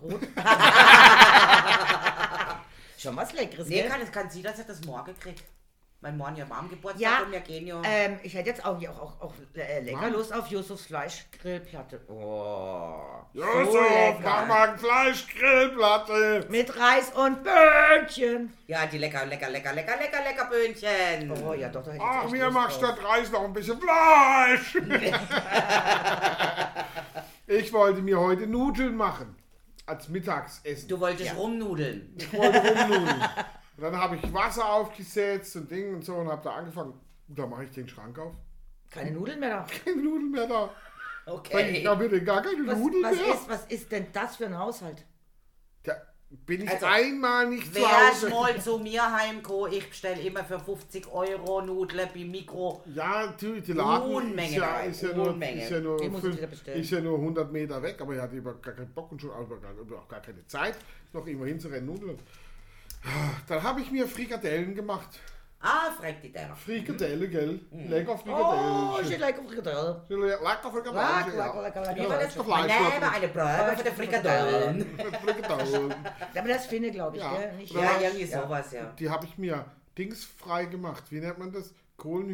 Speaker 1: Schon was Leckeres,
Speaker 3: Nee,
Speaker 1: gell?
Speaker 3: kann, kann sie, dass ich das morgen krieg. Mein Morgen ja warm Geburtstag
Speaker 1: Ja,
Speaker 3: und wir gehen ja.
Speaker 1: ähm, ich hätte jetzt auch, hier auch, auch, auch äh, lecker
Speaker 4: Mann.
Speaker 1: Lust auf Jusufs Fleischgrillplatte. Oh. so
Speaker 4: Josef, mach
Speaker 1: lecker.
Speaker 4: mal ein Fleischgrillplatte.
Speaker 1: Mit Reis und Böhnchen.
Speaker 3: ja, die lecker, lecker, lecker, lecker, lecker, lecker Böhnchen.
Speaker 1: Oh ja, doch, da hätte ich jetzt
Speaker 4: Ach,
Speaker 1: echt
Speaker 4: Ah, mir
Speaker 1: Lust
Speaker 4: macht
Speaker 1: drauf.
Speaker 4: statt Reis noch ein bisschen Fleisch. ich wollte mir heute Nudeln machen. Als Mittagsessen.
Speaker 3: Du wolltest rumnudeln.
Speaker 4: Ich wollte rumnudeln. Und dann habe ich Wasser aufgesetzt und Ding und so und habe da angefangen. Da mache ich den Schrank auf.
Speaker 1: Keine Nudeln mehr da.
Speaker 4: Keine Nudeln mehr da. Hey. Ich
Speaker 3: Okay.
Speaker 4: habe bitte gar keine
Speaker 1: Äh, Was,
Speaker 4: Nudeln
Speaker 1: was,
Speaker 4: mehr.
Speaker 1: ist, was ist denn das für ein Haushalt?
Speaker 4: Da bin ich
Speaker 3: Also,
Speaker 4: einmal nicht zu
Speaker 3: Wer
Speaker 4: Hause.
Speaker 3: mal zu mir heimko, ich bestelle immer für 50 Euro Nudeln beim Mikro.
Speaker 4: Ja, natürlich, der Laden
Speaker 3: Unmenge
Speaker 4: ist, ja,
Speaker 3: dabei,
Speaker 4: ist, ja nur,
Speaker 3: Unmenge.
Speaker 4: ist, ja nur
Speaker 1: Den muss ich
Speaker 4: fünf,
Speaker 1: wieder bestellen.
Speaker 4: ist ja nur 100 Meter weg, aber er hat über gar keinen Bock und schon auch gar, über auch gar keine Zeit, noch irgendwo hinzurennen. Nudeln. Dann habe ich mir Frikadellen gemacht.
Speaker 3: Ah, frag die Teller.
Speaker 4: Frikadelle, gell? Lecker
Speaker 1: Mhm. Oh,
Speaker 4: Frikadelle.
Speaker 1: ich hätte lecker Frikadelle.
Speaker 4: lecker
Speaker 1: Lecker,
Speaker 4: Frikadelle.
Speaker 1: lecker, lecker, lecker.
Speaker 4: Ja,
Speaker 1: lecker.
Speaker 4: lecker
Speaker 3: Man nehme
Speaker 4: Fleisch.
Speaker 3: eine Probe von den Frikadellen.
Speaker 4: Frikadellen.
Speaker 1: Aber das finde glaube ich,
Speaker 4: Ja.
Speaker 1: gell? Nicht
Speaker 3: Ja, irgendwie sowas, ja.
Speaker 4: Die habe ich mir dingsfrei gemacht. Wie nennt man das?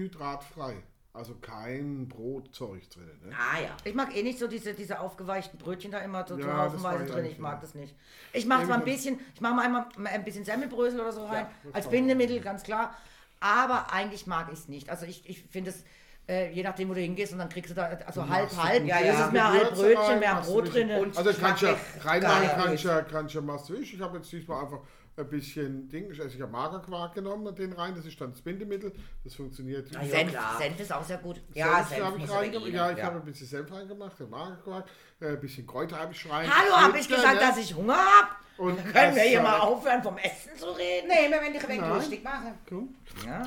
Speaker 4: Kohlenhydratfrei. Also kein Brotzeug drin. Ne?
Speaker 3: Ah ja.
Speaker 1: Ich mag eh nicht so diese, diese aufgeweichten Brötchen da immer so
Speaker 4: Ja,
Speaker 1: ja,
Speaker 4: das war
Speaker 1: haufenweise
Speaker 4: ich
Speaker 1: drin.
Speaker 4: auch
Speaker 1: Ich mag
Speaker 4: nicht.
Speaker 1: das nicht. Ich mache zwar ein
Speaker 4: Eben.
Speaker 1: bisschen, ich mache mal einmal mal ein bisschen Semmelbrösel oder so rein,
Speaker 4: das
Speaker 1: als
Speaker 4: war
Speaker 1: Bindemittel, ganz klar. Aber eigentlich mag ich es nicht. Also ich, ich finde es, äh, je nachdem, wo du hingehst, und dann kriegst du da, also halb, halb.
Speaker 3: Ja,
Speaker 1: Ja,
Speaker 3: ja.
Speaker 1: ja. Ist es mehr
Speaker 4: Mit
Speaker 1: halb
Speaker 4: Würze rein,
Speaker 1: Brötchen, mehr
Speaker 4: machst du
Speaker 1: Brot
Speaker 4: bisschen-
Speaker 1: drin. Und
Speaker 4: Also kannst ja
Speaker 3: schmacklich
Speaker 4: reinmachen,
Speaker 3: geil.
Speaker 4: kannst ja, kannst ja machst du ich. Ich habe jetzt diesmal einfach ein bisschen Ding, ich, also ich habe Magerquark genommen und den rein. Das ist dann das Bindemittel. Das funktioniert.
Speaker 3: Ah, ja.
Speaker 1: Senf,
Speaker 3: klar.
Speaker 1: Senf ist auch sehr gut.
Speaker 3: Ja,
Speaker 4: Senf
Speaker 3: Senf
Speaker 4: habe ich
Speaker 3: muss rein,
Speaker 4: reingemacht. Ja, ich habe ein bisschen Senf reingemacht, den Magerquark, äh, ein bisschen Kräuter habe ich rein.
Speaker 1: Hallo, habe ich
Speaker 4: Früchte,
Speaker 1: gesagt,
Speaker 4: ne?
Speaker 1: dass ich Hunger habe?
Speaker 4: Und
Speaker 1: Können wir
Speaker 4: das,
Speaker 1: hier
Speaker 4: äh,
Speaker 1: mal aufhören, vom Essen zu reden?
Speaker 3: Nee, immer wenn ich wenn ich
Speaker 4: Nein.
Speaker 3: lustig mache.
Speaker 4: guck.
Speaker 1: Ja.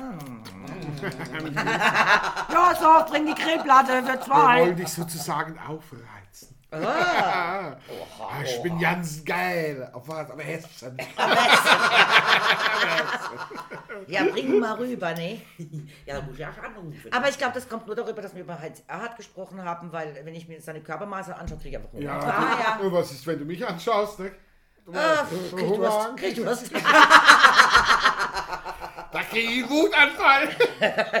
Speaker 1: ja, so, bring die Grillplatte für
Speaker 4: Wir
Speaker 1: zwei.
Speaker 4: wollen dich sozusagen aufreizen.
Speaker 1: Ah.
Speaker 4: Ah, ich bin ganz geil. Auf was? Aber Hessen.
Speaker 1: Ja, bring mal rüber, ne?
Speaker 3: Ja, da muss ich auch schon anrufen.
Speaker 1: Aber ich glaube, das kommt nur darüber, dass wir über Heinz Erhardt gesprochen haben, weil wenn ich mir seine Körpermaße anschaue, kriege ich einfach Hunger.
Speaker 4: Ja,
Speaker 3: Ah,
Speaker 4: du- was ist, wenn du mich anschaust, ne? Du
Speaker 1: Ah,
Speaker 4: hast
Speaker 1: pff,
Speaker 4: so
Speaker 1: krieg ich
Speaker 4: Hunger.
Speaker 1: Durst, krieg ich Durst,
Speaker 4: Da krieg ich einen Wutanfall.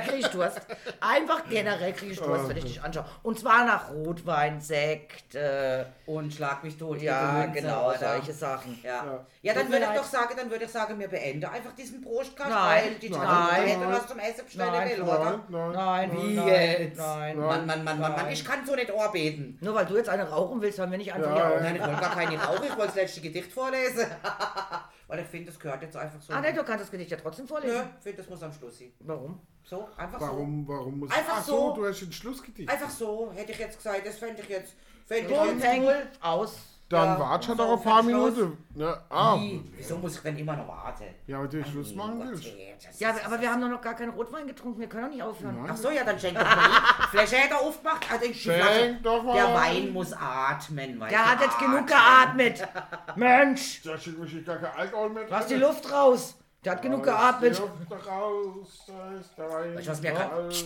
Speaker 1: krieg ich Durst. Einfach generell krieg ich
Speaker 4: Ah.
Speaker 1: Durst, wenn ich dich anschaue. Und zwar nach Rotwein, Sekt, äh,
Speaker 3: Und schlag mich tot.
Speaker 1: ja,
Speaker 3: ihr Gehirnse,
Speaker 1: genau,
Speaker 3: oder?
Speaker 1: solche Sachen.
Speaker 3: Ja. ja,
Speaker 1: Ja.
Speaker 3: dann
Speaker 1: Tut mir
Speaker 3: würde ich
Speaker 1: leid.
Speaker 3: doch sagen, dann würde ich sagen, wir beenden einfach diesen Prostkast,
Speaker 1: Nein,
Speaker 3: weil die
Speaker 1: nein,
Speaker 3: Tante hätte
Speaker 4: nein.
Speaker 3: was zum Essen bestellen
Speaker 1: Nein,
Speaker 3: will,
Speaker 4: Nein,
Speaker 3: oder?
Speaker 4: nein.
Speaker 1: Nein,
Speaker 3: Wie
Speaker 1: nein,
Speaker 3: jetzt?
Speaker 1: nein.
Speaker 3: Mann, Mann, Mann, Mann, Mann, ich kann so nicht arbeiten.
Speaker 1: Nur weil du jetzt eine rauchen willst, hören wir nicht einfach
Speaker 4: Ja,
Speaker 1: hier auf.
Speaker 4: ja.
Speaker 3: Nein, ich wollte gar keine Rauch, ich wollte das letzte Gedicht vorlesen. Weil ich finde, das gehört jetzt einfach so.
Speaker 1: Ah, nein, du kannst das Gedicht ja trotzdem
Speaker 3: Nö,
Speaker 1: vorlesen.
Speaker 3: ich finde, das muss am Schluss sein.
Speaker 1: Warum?
Speaker 3: So, einfach so.
Speaker 4: Warum, warum muss
Speaker 3: Einfach
Speaker 4: Ach so,
Speaker 3: so.
Speaker 4: du hast den Schlussgedicht.
Speaker 3: Einfach so, hätte ich jetzt gesagt, das fände ich jetzt. Fände ich
Speaker 1: Bumm,
Speaker 3: jetzt
Speaker 1: Peng,
Speaker 3: cool.
Speaker 1: aus.
Speaker 3: Ja,
Speaker 4: Dann wart schon
Speaker 3: so,
Speaker 4: noch ein paar
Speaker 3: fertig, los.
Speaker 4: Minuten. Ne? Ah,
Speaker 3: Wie? Wieso muss ich denn immer noch warten?
Speaker 4: ja, wenn du Schluss machen willst.
Speaker 1: Ja, aber wir haben doch noch gar keinen Rotwein getrunken, wir können doch nicht aufhören.
Speaker 3: Ach so, ja, dann schenk doch mal. hin. Vielleicht hätte er aufgemacht. Also ich die
Speaker 4: Schenk
Speaker 3: Flasche-
Speaker 4: doch mal.
Speaker 3: Der Wein muss atmen. Weißt
Speaker 1: Der
Speaker 3: du,
Speaker 1: hat jetzt genug
Speaker 3: atmen.
Speaker 1: geatmet. Mensch,
Speaker 4: Da schickt mich gar kein Alkohol mit.
Speaker 1: lass die Luft raus. Der hat genug geatmet.
Speaker 4: Raus, da ist der Wein.
Speaker 1: Weißt du, was mir grad-
Speaker 4: raus.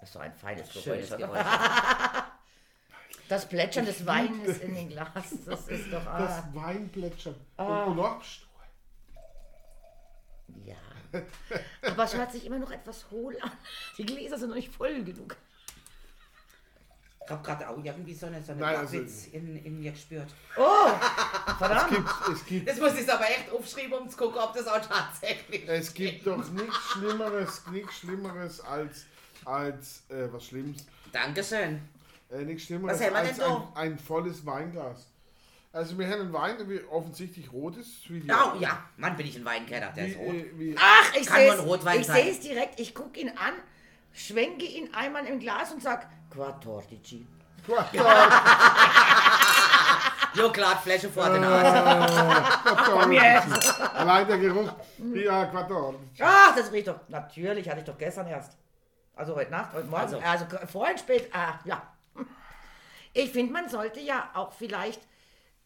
Speaker 1: Das ist doch ein feines
Speaker 3: Schönes
Speaker 1: Geräusch.
Speaker 3: Geräusch.
Speaker 1: Das Plätschern des Weines in den Glas, das ist doch... Ah,
Speaker 4: Das Weinplätschern. Und, und noch Stuhl.
Speaker 1: ja. Aber es hört sich immer noch etwas hohl an. Die Gläser sind noch nicht voll genug.
Speaker 3: Ich hab gerade auch irgendwie so eine, so eine
Speaker 4: Nein,
Speaker 3: Blackwitz
Speaker 4: also-
Speaker 3: in, in mir gespürt.
Speaker 1: Oh, verdammt.
Speaker 4: Es gibt,
Speaker 3: Das muss ich aber echt aufschreiben, um zu gucken, ob das auch tatsächlich.
Speaker 4: es gibt doch nichts Schlimmeres, nichts Schlimmeres als, als äh, was Schlimmes.
Speaker 3: Dankeschön.
Speaker 4: Äh, nichts Schlimmeres
Speaker 3: Was haben wir
Speaker 4: als
Speaker 3: denn
Speaker 4: ein, ein volles Weinglas. Also wir haben einen Wein, der wie offensichtlich rot ist. Wie die,
Speaker 3: Oh ja, Mann, bin ich ein Weinkenner, der
Speaker 4: wie,
Speaker 3: ist rot. Ah,
Speaker 4: äh, wie,
Speaker 1: Ach, ich
Speaker 3: Kann
Speaker 1: sehe
Speaker 3: man Rotwein
Speaker 1: es
Speaker 3: sein?
Speaker 1: seh's direkt. Ich gucke ihn an, schwenke ihn einmal im Glas und sag Quattordici.
Speaker 3: Jo, klar, Fläche vor den Augen.
Speaker 4: Allein der Geruch. Ja, Quattordici.
Speaker 1: Ach, das riecht doch. Natürlich, hatte ich doch gestern erst. Also heute Nacht, heute Morgen. Also,
Speaker 3: Also.
Speaker 1: vorhin spät. Ah, ja. Ich finde, man sollte ja auch vielleicht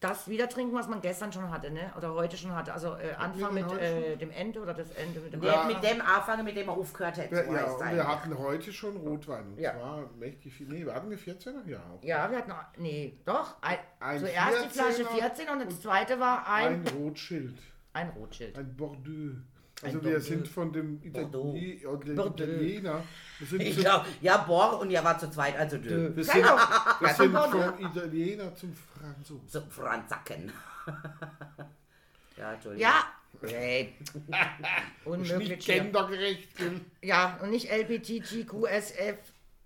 Speaker 1: das wieder trinken, was man gestern schon hatte, ne? Oder heute schon hatte. Also äh, Anfang
Speaker 4: wir
Speaker 1: mit
Speaker 4: denn heute
Speaker 1: äh, dem Ende oder das Ende mit dem
Speaker 3: Der Mit dem anfangen, mit dem er aufgehört hat.
Speaker 4: Ja,
Speaker 3: so
Speaker 4: ja,
Speaker 3: heißt
Speaker 4: und
Speaker 3: eigentlich.
Speaker 4: wir hatten heute schon Rotwein. Und
Speaker 1: Ja.
Speaker 4: zwar mächtig viel. Nee, hatten wir 14er? Ja. auch.
Speaker 1: Ja, wir hatten. auch- Nee, doch. Ein,
Speaker 4: Ein
Speaker 1: zuerst die Flasche
Speaker 4: 14er
Speaker 1: 14 und das zweite war ein,
Speaker 4: Ein Rotschild.
Speaker 1: ein Rotschild.
Speaker 4: Ein Bordeaux. Also
Speaker 1: Ein
Speaker 4: wir
Speaker 1: Bordeaux.
Speaker 4: sind von dem
Speaker 3: Bordeaux.
Speaker 4: Itali und dem
Speaker 1: Bordeaux.
Speaker 4: Italiener. Wir sind,
Speaker 3: Ich
Speaker 4: zum,
Speaker 3: glaub, ja, Bor und ihr war zu zweit, also dö.
Speaker 4: wir
Speaker 1: Sei
Speaker 4: sind,
Speaker 1: doch.
Speaker 4: wir
Speaker 1: Ja, von
Speaker 4: sind
Speaker 1: Bordeaux.
Speaker 4: vom Italiener zum Franzosen.
Speaker 3: So, Franzacken. ja, Entschuldigung.
Speaker 1: Ja. Nee. Unmöglich.
Speaker 4: Nicht
Speaker 1: hier.
Speaker 4: gendergerecht. gell?
Speaker 1: Ja, und nicht LBTGQSF.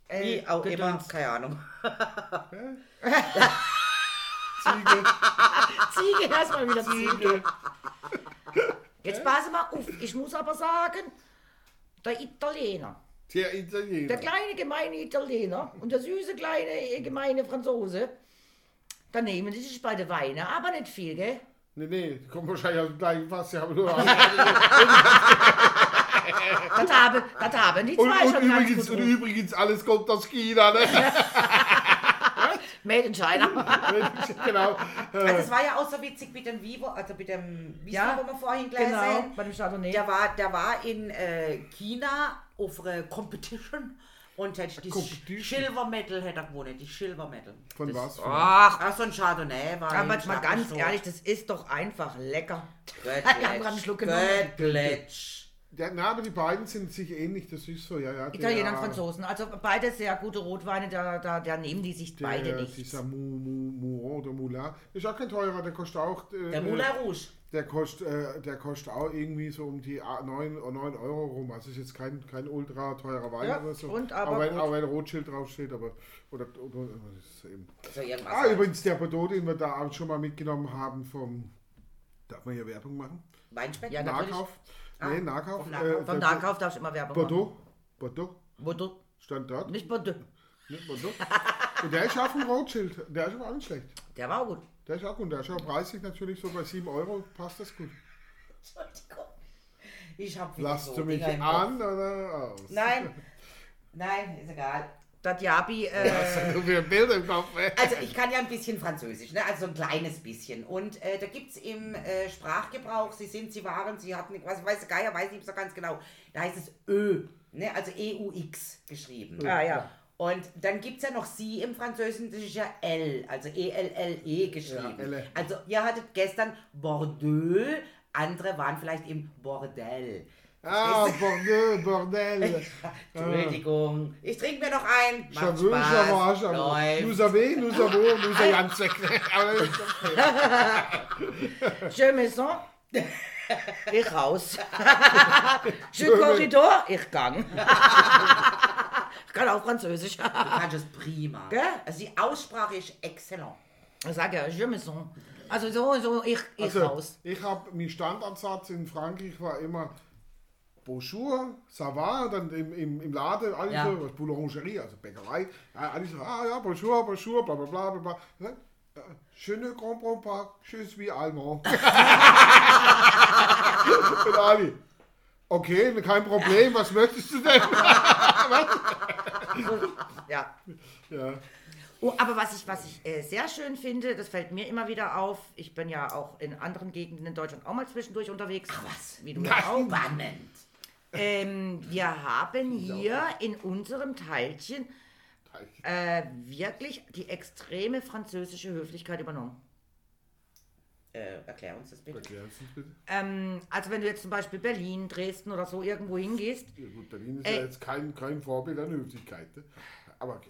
Speaker 1: äh,
Speaker 3: Wie auch immer, keine Ahnung.
Speaker 4: Ziege.
Speaker 1: Ziege, erstmal wieder Ziege.
Speaker 4: Ziege.
Speaker 1: Jetzt pass mal auf, ich muss aber sagen, der Italiener,
Speaker 4: Der
Speaker 1: der
Speaker 4: Italiener.
Speaker 1: kleine gemeine Italiener und der süße kleine äh, gemeine Franzose, da nehmen die sich beide Weine, aber nicht viel, gell?
Speaker 4: Nee, nee, die kommen wahrscheinlich aus dem gleichen Fass. Die haben nur andere.
Speaker 1: Das haben, das haben die zwei
Speaker 4: und, und,
Speaker 1: schon ganz
Speaker 4: übrigens,
Speaker 1: gut um.
Speaker 4: und
Speaker 1: drauf.
Speaker 4: übrigens, alles kommt aus China. Ne?
Speaker 1: Made in China.
Speaker 4: genau.
Speaker 3: Also, es war ja auch so witzig mit dem Vivo, also mit dem Vivo,
Speaker 1: Ja,
Speaker 3: wo wir vorhin gleich
Speaker 1: genau,
Speaker 3: sehen.
Speaker 1: bei dem Chardonnay.
Speaker 3: Der war, der war in äh, China auf einer Competition und hat die
Speaker 4: Competition?
Speaker 3: Silver Medal hätte er gewonnen, die Silver Medal.
Speaker 4: Von was? Von
Speaker 1: Ach,
Speaker 3: Ach, so ein Chardonnay war
Speaker 1: aber
Speaker 3: ihm
Speaker 1: mal ganz
Speaker 3: schnappenstot.
Speaker 1: ehrlich, das ist doch einfach lecker. Ich hab grad einen
Speaker 3: Göttlich,
Speaker 1: Schluck genommen.
Speaker 3: göttlich.
Speaker 4: Ja, na, aber die beiden sind sich ähnlich, das ist so, ja, ja. der-
Speaker 1: Italiener und Franzosen, also beide sehr gute Rotweine, da, da, da nehmen die sich
Speaker 4: Der,
Speaker 1: beide nicht.
Speaker 4: Dieser Mou, Mou, Mouron oder Moulin. Ist auch kein teurer, der kostet auch. Äh,
Speaker 3: Der Moulin Rouge.
Speaker 4: Der kostet, äh, der kostet auch irgendwie so um die 9, Euro rum. Also ist jetzt kein, kein ultra teurer Wein
Speaker 1: Ja,
Speaker 4: oder so.
Speaker 1: und aber
Speaker 4: auch, wenn,
Speaker 1: gut.
Speaker 4: auch wenn Rotschild draufsteht, aber. Oder, oder, oder das ist eben.
Speaker 3: So irgendwas.
Speaker 4: Ah, übrigens, der Bordeaux, den wir da auch schon mal mitgenommen haben vom. Darf man hier Werbung machen?
Speaker 3: Weinspeck?
Speaker 1: Ja, natürlich. Ah,
Speaker 4: Nahkauf? Nee, Nahkauf.
Speaker 3: vom Nahkauf.
Speaker 4: äh,
Speaker 1: Von
Speaker 4: der-
Speaker 1: da kauf darfst du immer Werbung machen.
Speaker 4: Bordeaux. Bordeaux.
Speaker 1: Bordeaux.
Speaker 4: Stand dort.
Speaker 1: Nicht Bordeaux.
Speaker 4: Ne, Bordeaux. Und der ist auf dem Rotschild. Der ist aber auch nicht schlecht.
Speaker 1: Der war auch gut.
Speaker 4: Der ist auch gut. Der ist auch preislich natürlich so bei 7 Euro. Passt das gut.
Speaker 3: Entschuldigung. Ich hab wieder
Speaker 4: Lass
Speaker 3: so
Speaker 4: du mich
Speaker 3: Dinger im Kopf.
Speaker 4: an oder Oh, aus?
Speaker 3: Nein, nein, ist egal.
Speaker 1: Das Jabi, äh,
Speaker 4: Wir Bilder im Kopf. ey.
Speaker 3: Also ich kann ja ein bisschen Französisch, ne? also so ein kleines bisschen. Und äh, da gibt es im äh, Sprachgebrauch, sie sind, sie waren, sie hatten, was weiß der Geier, weiß nicht so ganz genau. Da heißt es Ö, ne? also E-U-X geschrieben.
Speaker 1: ah ja.
Speaker 3: Und dann gibt es ja noch sie im Französischen, das ist ja L, also E-L-L-E geschrieben.
Speaker 4: Ja,
Speaker 1: E.
Speaker 4: Elle.
Speaker 3: also ihr hattet gestern Bordeaux, andere waren vielleicht im Bordell.
Speaker 4: Ah, Bordel, Bordel.
Speaker 3: Entschuldigung, ich trinke mir noch ein. Macht
Speaker 4: Chaveux,
Speaker 3: Spaß.
Speaker 4: Chavage, Chavage.
Speaker 3: Läuft.
Speaker 4: Nous savez, nous savons, nous savons weg. Aber das ist okay.
Speaker 1: Je Maison. Ich raus. Je Corridor. Ich gang. Ich kann auch Französisch.
Speaker 3: Du kannst es prima.
Speaker 1: Gell?
Speaker 3: Also die Aussprache ist exzellent.
Speaker 1: Ich sag ja, Je Maison. Also so, so, ich, ich
Speaker 4: Also,
Speaker 1: raus.
Speaker 4: ich habe mein Standardsatz in Frankreich war immer Bonjour, ça va, dann im, im, im Laden, alles
Speaker 3: Ja.
Speaker 4: so, was Boulangerie, also Bäckerei, ja, alles so, ah ja, Bonjour, Bonjour, bla bla bla bla bla. Ja, äh, Je ne comprends pas, je suis allemand. Und Ali, okay, kein Problem, was möchtest du denn?
Speaker 1: Ja.
Speaker 4: ja.
Speaker 1: Oh, aber was ich, was ich äh, sehr schön finde, das fällt mir immer wieder auf. Ich bin ja auch in anderen Gegenden in Deutschland auch mal zwischendurch unterwegs. Ach was? Wie du ja auch.
Speaker 3: Spannend.
Speaker 1: Ähm, wir haben hier in unserem Teilchen äh, wirklich die extreme französische Höflichkeit übernommen.
Speaker 3: Äh, erklär uns das bitte.
Speaker 4: Erklärst du bitte?
Speaker 1: Ähm, also wenn du jetzt zum Beispiel Berlin, Dresden oder so irgendwo hingehst.
Speaker 4: Ja, gut, Berlin ist ja
Speaker 1: Ey.
Speaker 4: jetzt kein, kein Vorbild an Höflichkeit. Ne? Aber okay.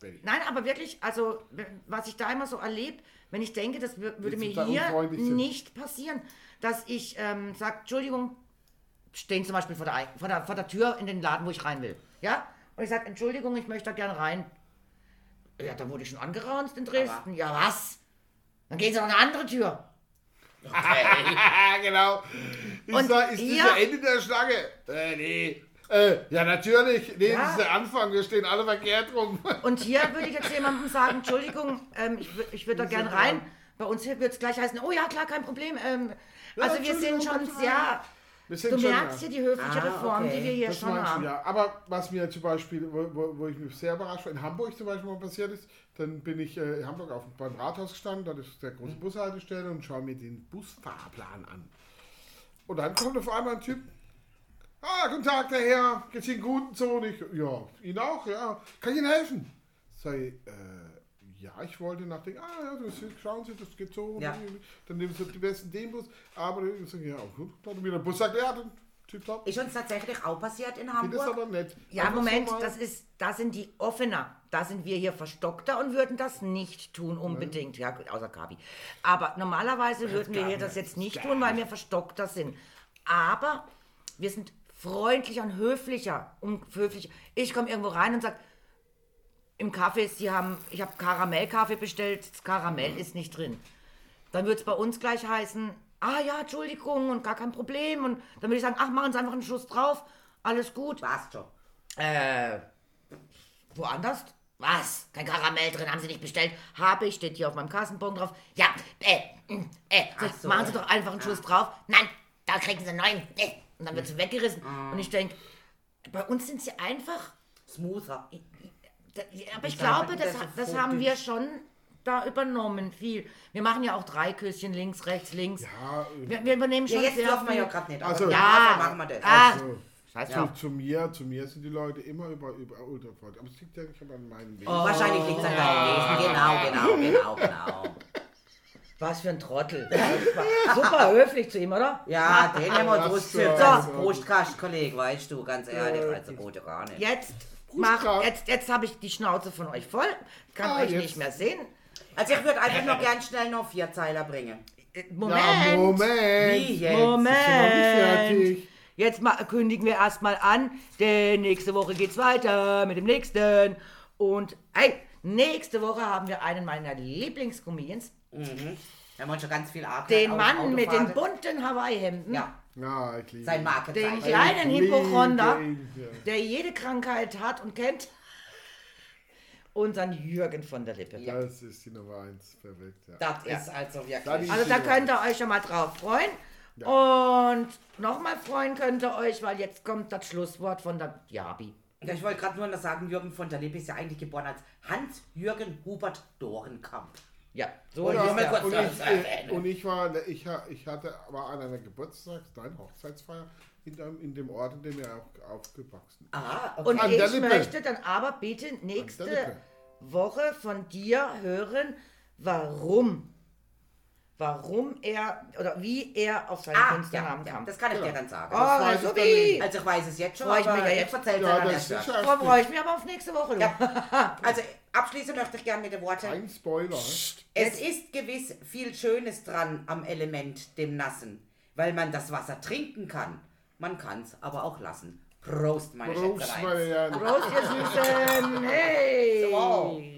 Speaker 4: Berlin.
Speaker 1: Nein, aber wirklich, also w- was ich da immer so erlebe, wenn ich denke, das wür- würde
Speaker 4: Jetzt
Speaker 1: mir
Speaker 4: sind da
Speaker 1: hier
Speaker 4: unfreundlich sind.
Speaker 1: nicht passieren, dass ich ähm, sage, Entschuldigung, stehen zum Beispiel vor der, Ei- vor, der, vor der Tür in den Laden, wo ich rein will. Ja? Und ich sage, Entschuldigung, ich möchte da gerne rein. Ja, da wurde ich schon angeraunzt in Dresden. ja, was? Dann gehen sie noch eine andere Tür.
Speaker 2: Ah, genau. Ich
Speaker 1: Und
Speaker 2: sag, ist
Speaker 1: ihr-
Speaker 2: das das Ende der Schlange? Äh, nee. Äh, ja, natürlich. Nee, das ist der Anfang. Wir stehen alle verkehrt rum.
Speaker 1: Und hier würde ich jetzt jemandem sagen, Entschuldigung, ähm, ich, wür- ich würde da gern rein. Bei uns hier wird es gleich heißen, oh ja, klar, kein Problem. Ähm, also wir
Speaker 4: Entschuldigung,
Speaker 1: sind schon
Speaker 4: bitte rein.
Speaker 1: sehr,
Speaker 4: Wir sind
Speaker 1: du
Speaker 4: schon
Speaker 1: merkst
Speaker 4: da.
Speaker 1: hier die höfliche
Speaker 3: Ah,
Speaker 1: Reform,
Speaker 3: okay.
Speaker 1: die wir hier
Speaker 4: das
Speaker 1: schon
Speaker 4: meinst du,
Speaker 1: haben.
Speaker 4: ja. Aber was mir zum Beispiel, wo, wo, wo ich mich sehr überrascht war, in Hamburg zum Beispiel mal passiert ist, dann bin ich äh, in Hamburg auf, beim Rathaus gestanden, da ist der
Speaker 1: Mhm.
Speaker 4: große Bushaltestelle und schaue mir den Busfahrplan an. Und dann kommt auf einmal ein Typ, ah, guten Tag, der Herr, geht's Ihnen gut und so? Und ich, ja, Ihnen auch, ja, kann ich Ihnen helfen? Sag ich, äh, ja, ich wollte nachdenken, ah, ja, das, schauen Sie, das geht so,
Speaker 3: Ja.
Speaker 4: dann nehmen Sie am besten den Bus, aber ich sage, ja, gut, dann hat mir der Bus erklärt und tip top.
Speaker 3: Ist uns tatsächlich auch passiert in
Speaker 4: Das ist
Speaker 3: Hamburg.
Speaker 4: aber nett.
Speaker 1: Ja,
Speaker 4: Einfach
Speaker 1: Moment,
Speaker 4: so mal-
Speaker 1: das ist, da sind die offener. Da sind wir hier verstockter und würden das nicht tun, unbedingt. Ja, gut, außer Gabi. Aber normalerweise würden wir hier das jetzt nicht tun, weil wir verstockter sind. Aber wir sind freundlicher und höflicher. Und höflicher. Ich komme irgendwo rein und sage, im Kaffee, Sie haben, ich habe Karamellkaffee bestellt, das Karamell ist nicht drin. Dann wird es bei uns gleich heißen, ah ja, Entschuldigung und gar kein Problem. Und dann würde ich sagen, ach, machen Sie einfach einen Schuss drauf, alles gut.
Speaker 3: Warst schon.
Speaker 1: Äh, woanders? Was? Kein Karamell drin, haben Sie nicht bestellt? Habe ich, steht hier auf meinem Kassenbon drauf. Ja, äh, mm, äh, so,
Speaker 3: Ach so.
Speaker 1: machen Sie doch einfach einen Schuss drauf. Nein, da kriegen Sie einen neuen. Äh. Und dann wird sie weggerissen.
Speaker 3: Ah.
Speaker 1: Und ich denke, bei uns sind sie einfach.
Speaker 3: Smoother.
Speaker 1: da- Aber ich
Speaker 3: sag mal,
Speaker 1: glaube, das,
Speaker 3: das ist
Speaker 1: das
Speaker 3: so
Speaker 1: haben wir
Speaker 3: düst.
Speaker 1: schon da übernommen, viel. Wir machen ja auch drei Küsschen links, rechts, links.
Speaker 4: Ja, äh,
Speaker 1: Wir, wir übernehmen
Speaker 3: Ja,
Speaker 1: schon
Speaker 3: jetzt
Speaker 1: sehr
Speaker 3: dürfen wir
Speaker 1: viel.
Speaker 3: ja gerade nicht.
Speaker 4: Also-
Speaker 3: aber
Speaker 1: Ja.
Speaker 3: nachher machen wir das.
Speaker 1: Ah,
Speaker 4: so.
Speaker 1: scheiß
Speaker 4: zu,
Speaker 1: drauf.
Speaker 4: zu mir, zu mir sind die Leute immer über, über ultra freundlich. Aber es liegt ja nicht immer an meinem Weg.
Speaker 3: Wahrscheinlich liegt es an
Speaker 4: Ah.
Speaker 3: deinem Wesen. Genau, genau, genau, genau.
Speaker 1: Was für ein Trottel. Super höflich zu ihm, oder?
Speaker 3: Ja, den haben wir
Speaker 4: Das
Speaker 3: uns
Speaker 4: ist
Speaker 3: für
Speaker 4: so.
Speaker 3: als Brustkastkolleg, weißt du, ganz ehrlich, also gute gar nicht.
Speaker 1: Jetzt, mach,
Speaker 4: Brustkraft.
Speaker 1: jetzt, jetzt habe ich die Schnauze von euch voll, kann
Speaker 4: Ah,
Speaker 1: euch
Speaker 4: jetzt.
Speaker 1: nicht mehr sehen.
Speaker 3: Also ich würde einfach noch gern schnell noch vier Zeiler bringen.
Speaker 1: Äh,
Speaker 4: Ja,
Speaker 1: Moment,
Speaker 3: Wie jetzt?
Speaker 4: Moment. Jetzt sind wir noch nicht
Speaker 1: Moment.
Speaker 4: fertig.
Speaker 1: Jetzt ma kündigen wir erstmal an, denn nächste Woche geht's weiter mit dem nächsten. Und hey, nächste Woche haben wir einen meiner Lieblingscomedians,
Speaker 3: Wir haben uns schon ganz viel Art.
Speaker 1: den Mann mit den bunten Hawaii-Hemden,
Speaker 3: Ja,
Speaker 4: Ja, ich liebe
Speaker 3: sein
Speaker 4: ihn.
Speaker 1: den
Speaker 3: Markenzeichen.
Speaker 1: kleinen
Speaker 4: Ich liebe
Speaker 1: Hypochonder.
Speaker 4: ihn, ja.
Speaker 1: der jede Krankheit hat und kennt. Unseren Jürgen von der Lippe.
Speaker 4: Das ist die Nummer 1. Perfekt. Ja.
Speaker 3: Das ist also
Speaker 4: Dann-
Speaker 3: wirklich.
Speaker 1: Also da könnt ihr euch schon mal drauf freuen. Und nochmal freuen könnt ihr euch, weil jetzt kommt das Schlusswort von der Jabi.
Speaker 3: Also Ich wollte gerade nur noch sagen, Jürgen von der Lippe ist ja eigentlich geboren als Hans-Jürgen Hubert Dorenkamp.
Speaker 1: Ja, so
Speaker 4: Und,
Speaker 1: ist
Speaker 3: mal
Speaker 1: der.
Speaker 3: kurz-
Speaker 4: ich, und,
Speaker 3: das
Speaker 4: ich, äh,
Speaker 3: erwähnen.
Speaker 4: und ich war, ich, ha- ich hatte, war an einer Geburtstags-, nein, Hochzeitsfeier in dem, in dem Ort, in dem er auch aufgewachsen ist.
Speaker 3: Ah, okay.
Speaker 1: Und
Speaker 4: An der
Speaker 1: ich
Speaker 4: Lippe.
Speaker 1: möchte dann aber bitte
Speaker 4: An der
Speaker 1: nächste
Speaker 4: Lippe.
Speaker 1: Woche von dir hören, warum. Warum er oder wie er auf seinen
Speaker 3: ah, ja,
Speaker 1: Künstlernamen
Speaker 3: ja,
Speaker 1: kam.
Speaker 3: das kann ich dir dann sagen.
Speaker 1: Oh,
Speaker 4: weiß ich doch
Speaker 1: Subi!
Speaker 4: nicht.
Speaker 3: Also ich weiß es jetzt schon,
Speaker 1: Freu ich
Speaker 3: aber
Speaker 1: mich ja jetzt.
Speaker 3: ich erzähle
Speaker 4: Ja,
Speaker 3: dann
Speaker 4: das
Speaker 3: erst.
Speaker 4: ist
Speaker 3: ja.
Speaker 1: Da
Speaker 4: ja
Speaker 1: freue ich mich aber auf nächste Woche. Du.
Speaker 3: Also abschließend möchte ich gerne mit den Worten.
Speaker 4: ein Spoiler. ne?
Speaker 3: Es ist gewiss viel Schönes dran am Element, dem Nassen, weil man das Wasser trinken kann. Man kann's aber auch lassen. Prost, meine
Speaker 4: Berufsfeier.
Speaker 3: Schätzeleins.
Speaker 4: ja.
Speaker 1: Prost, ihr Süßen. Hey.
Speaker 3: So.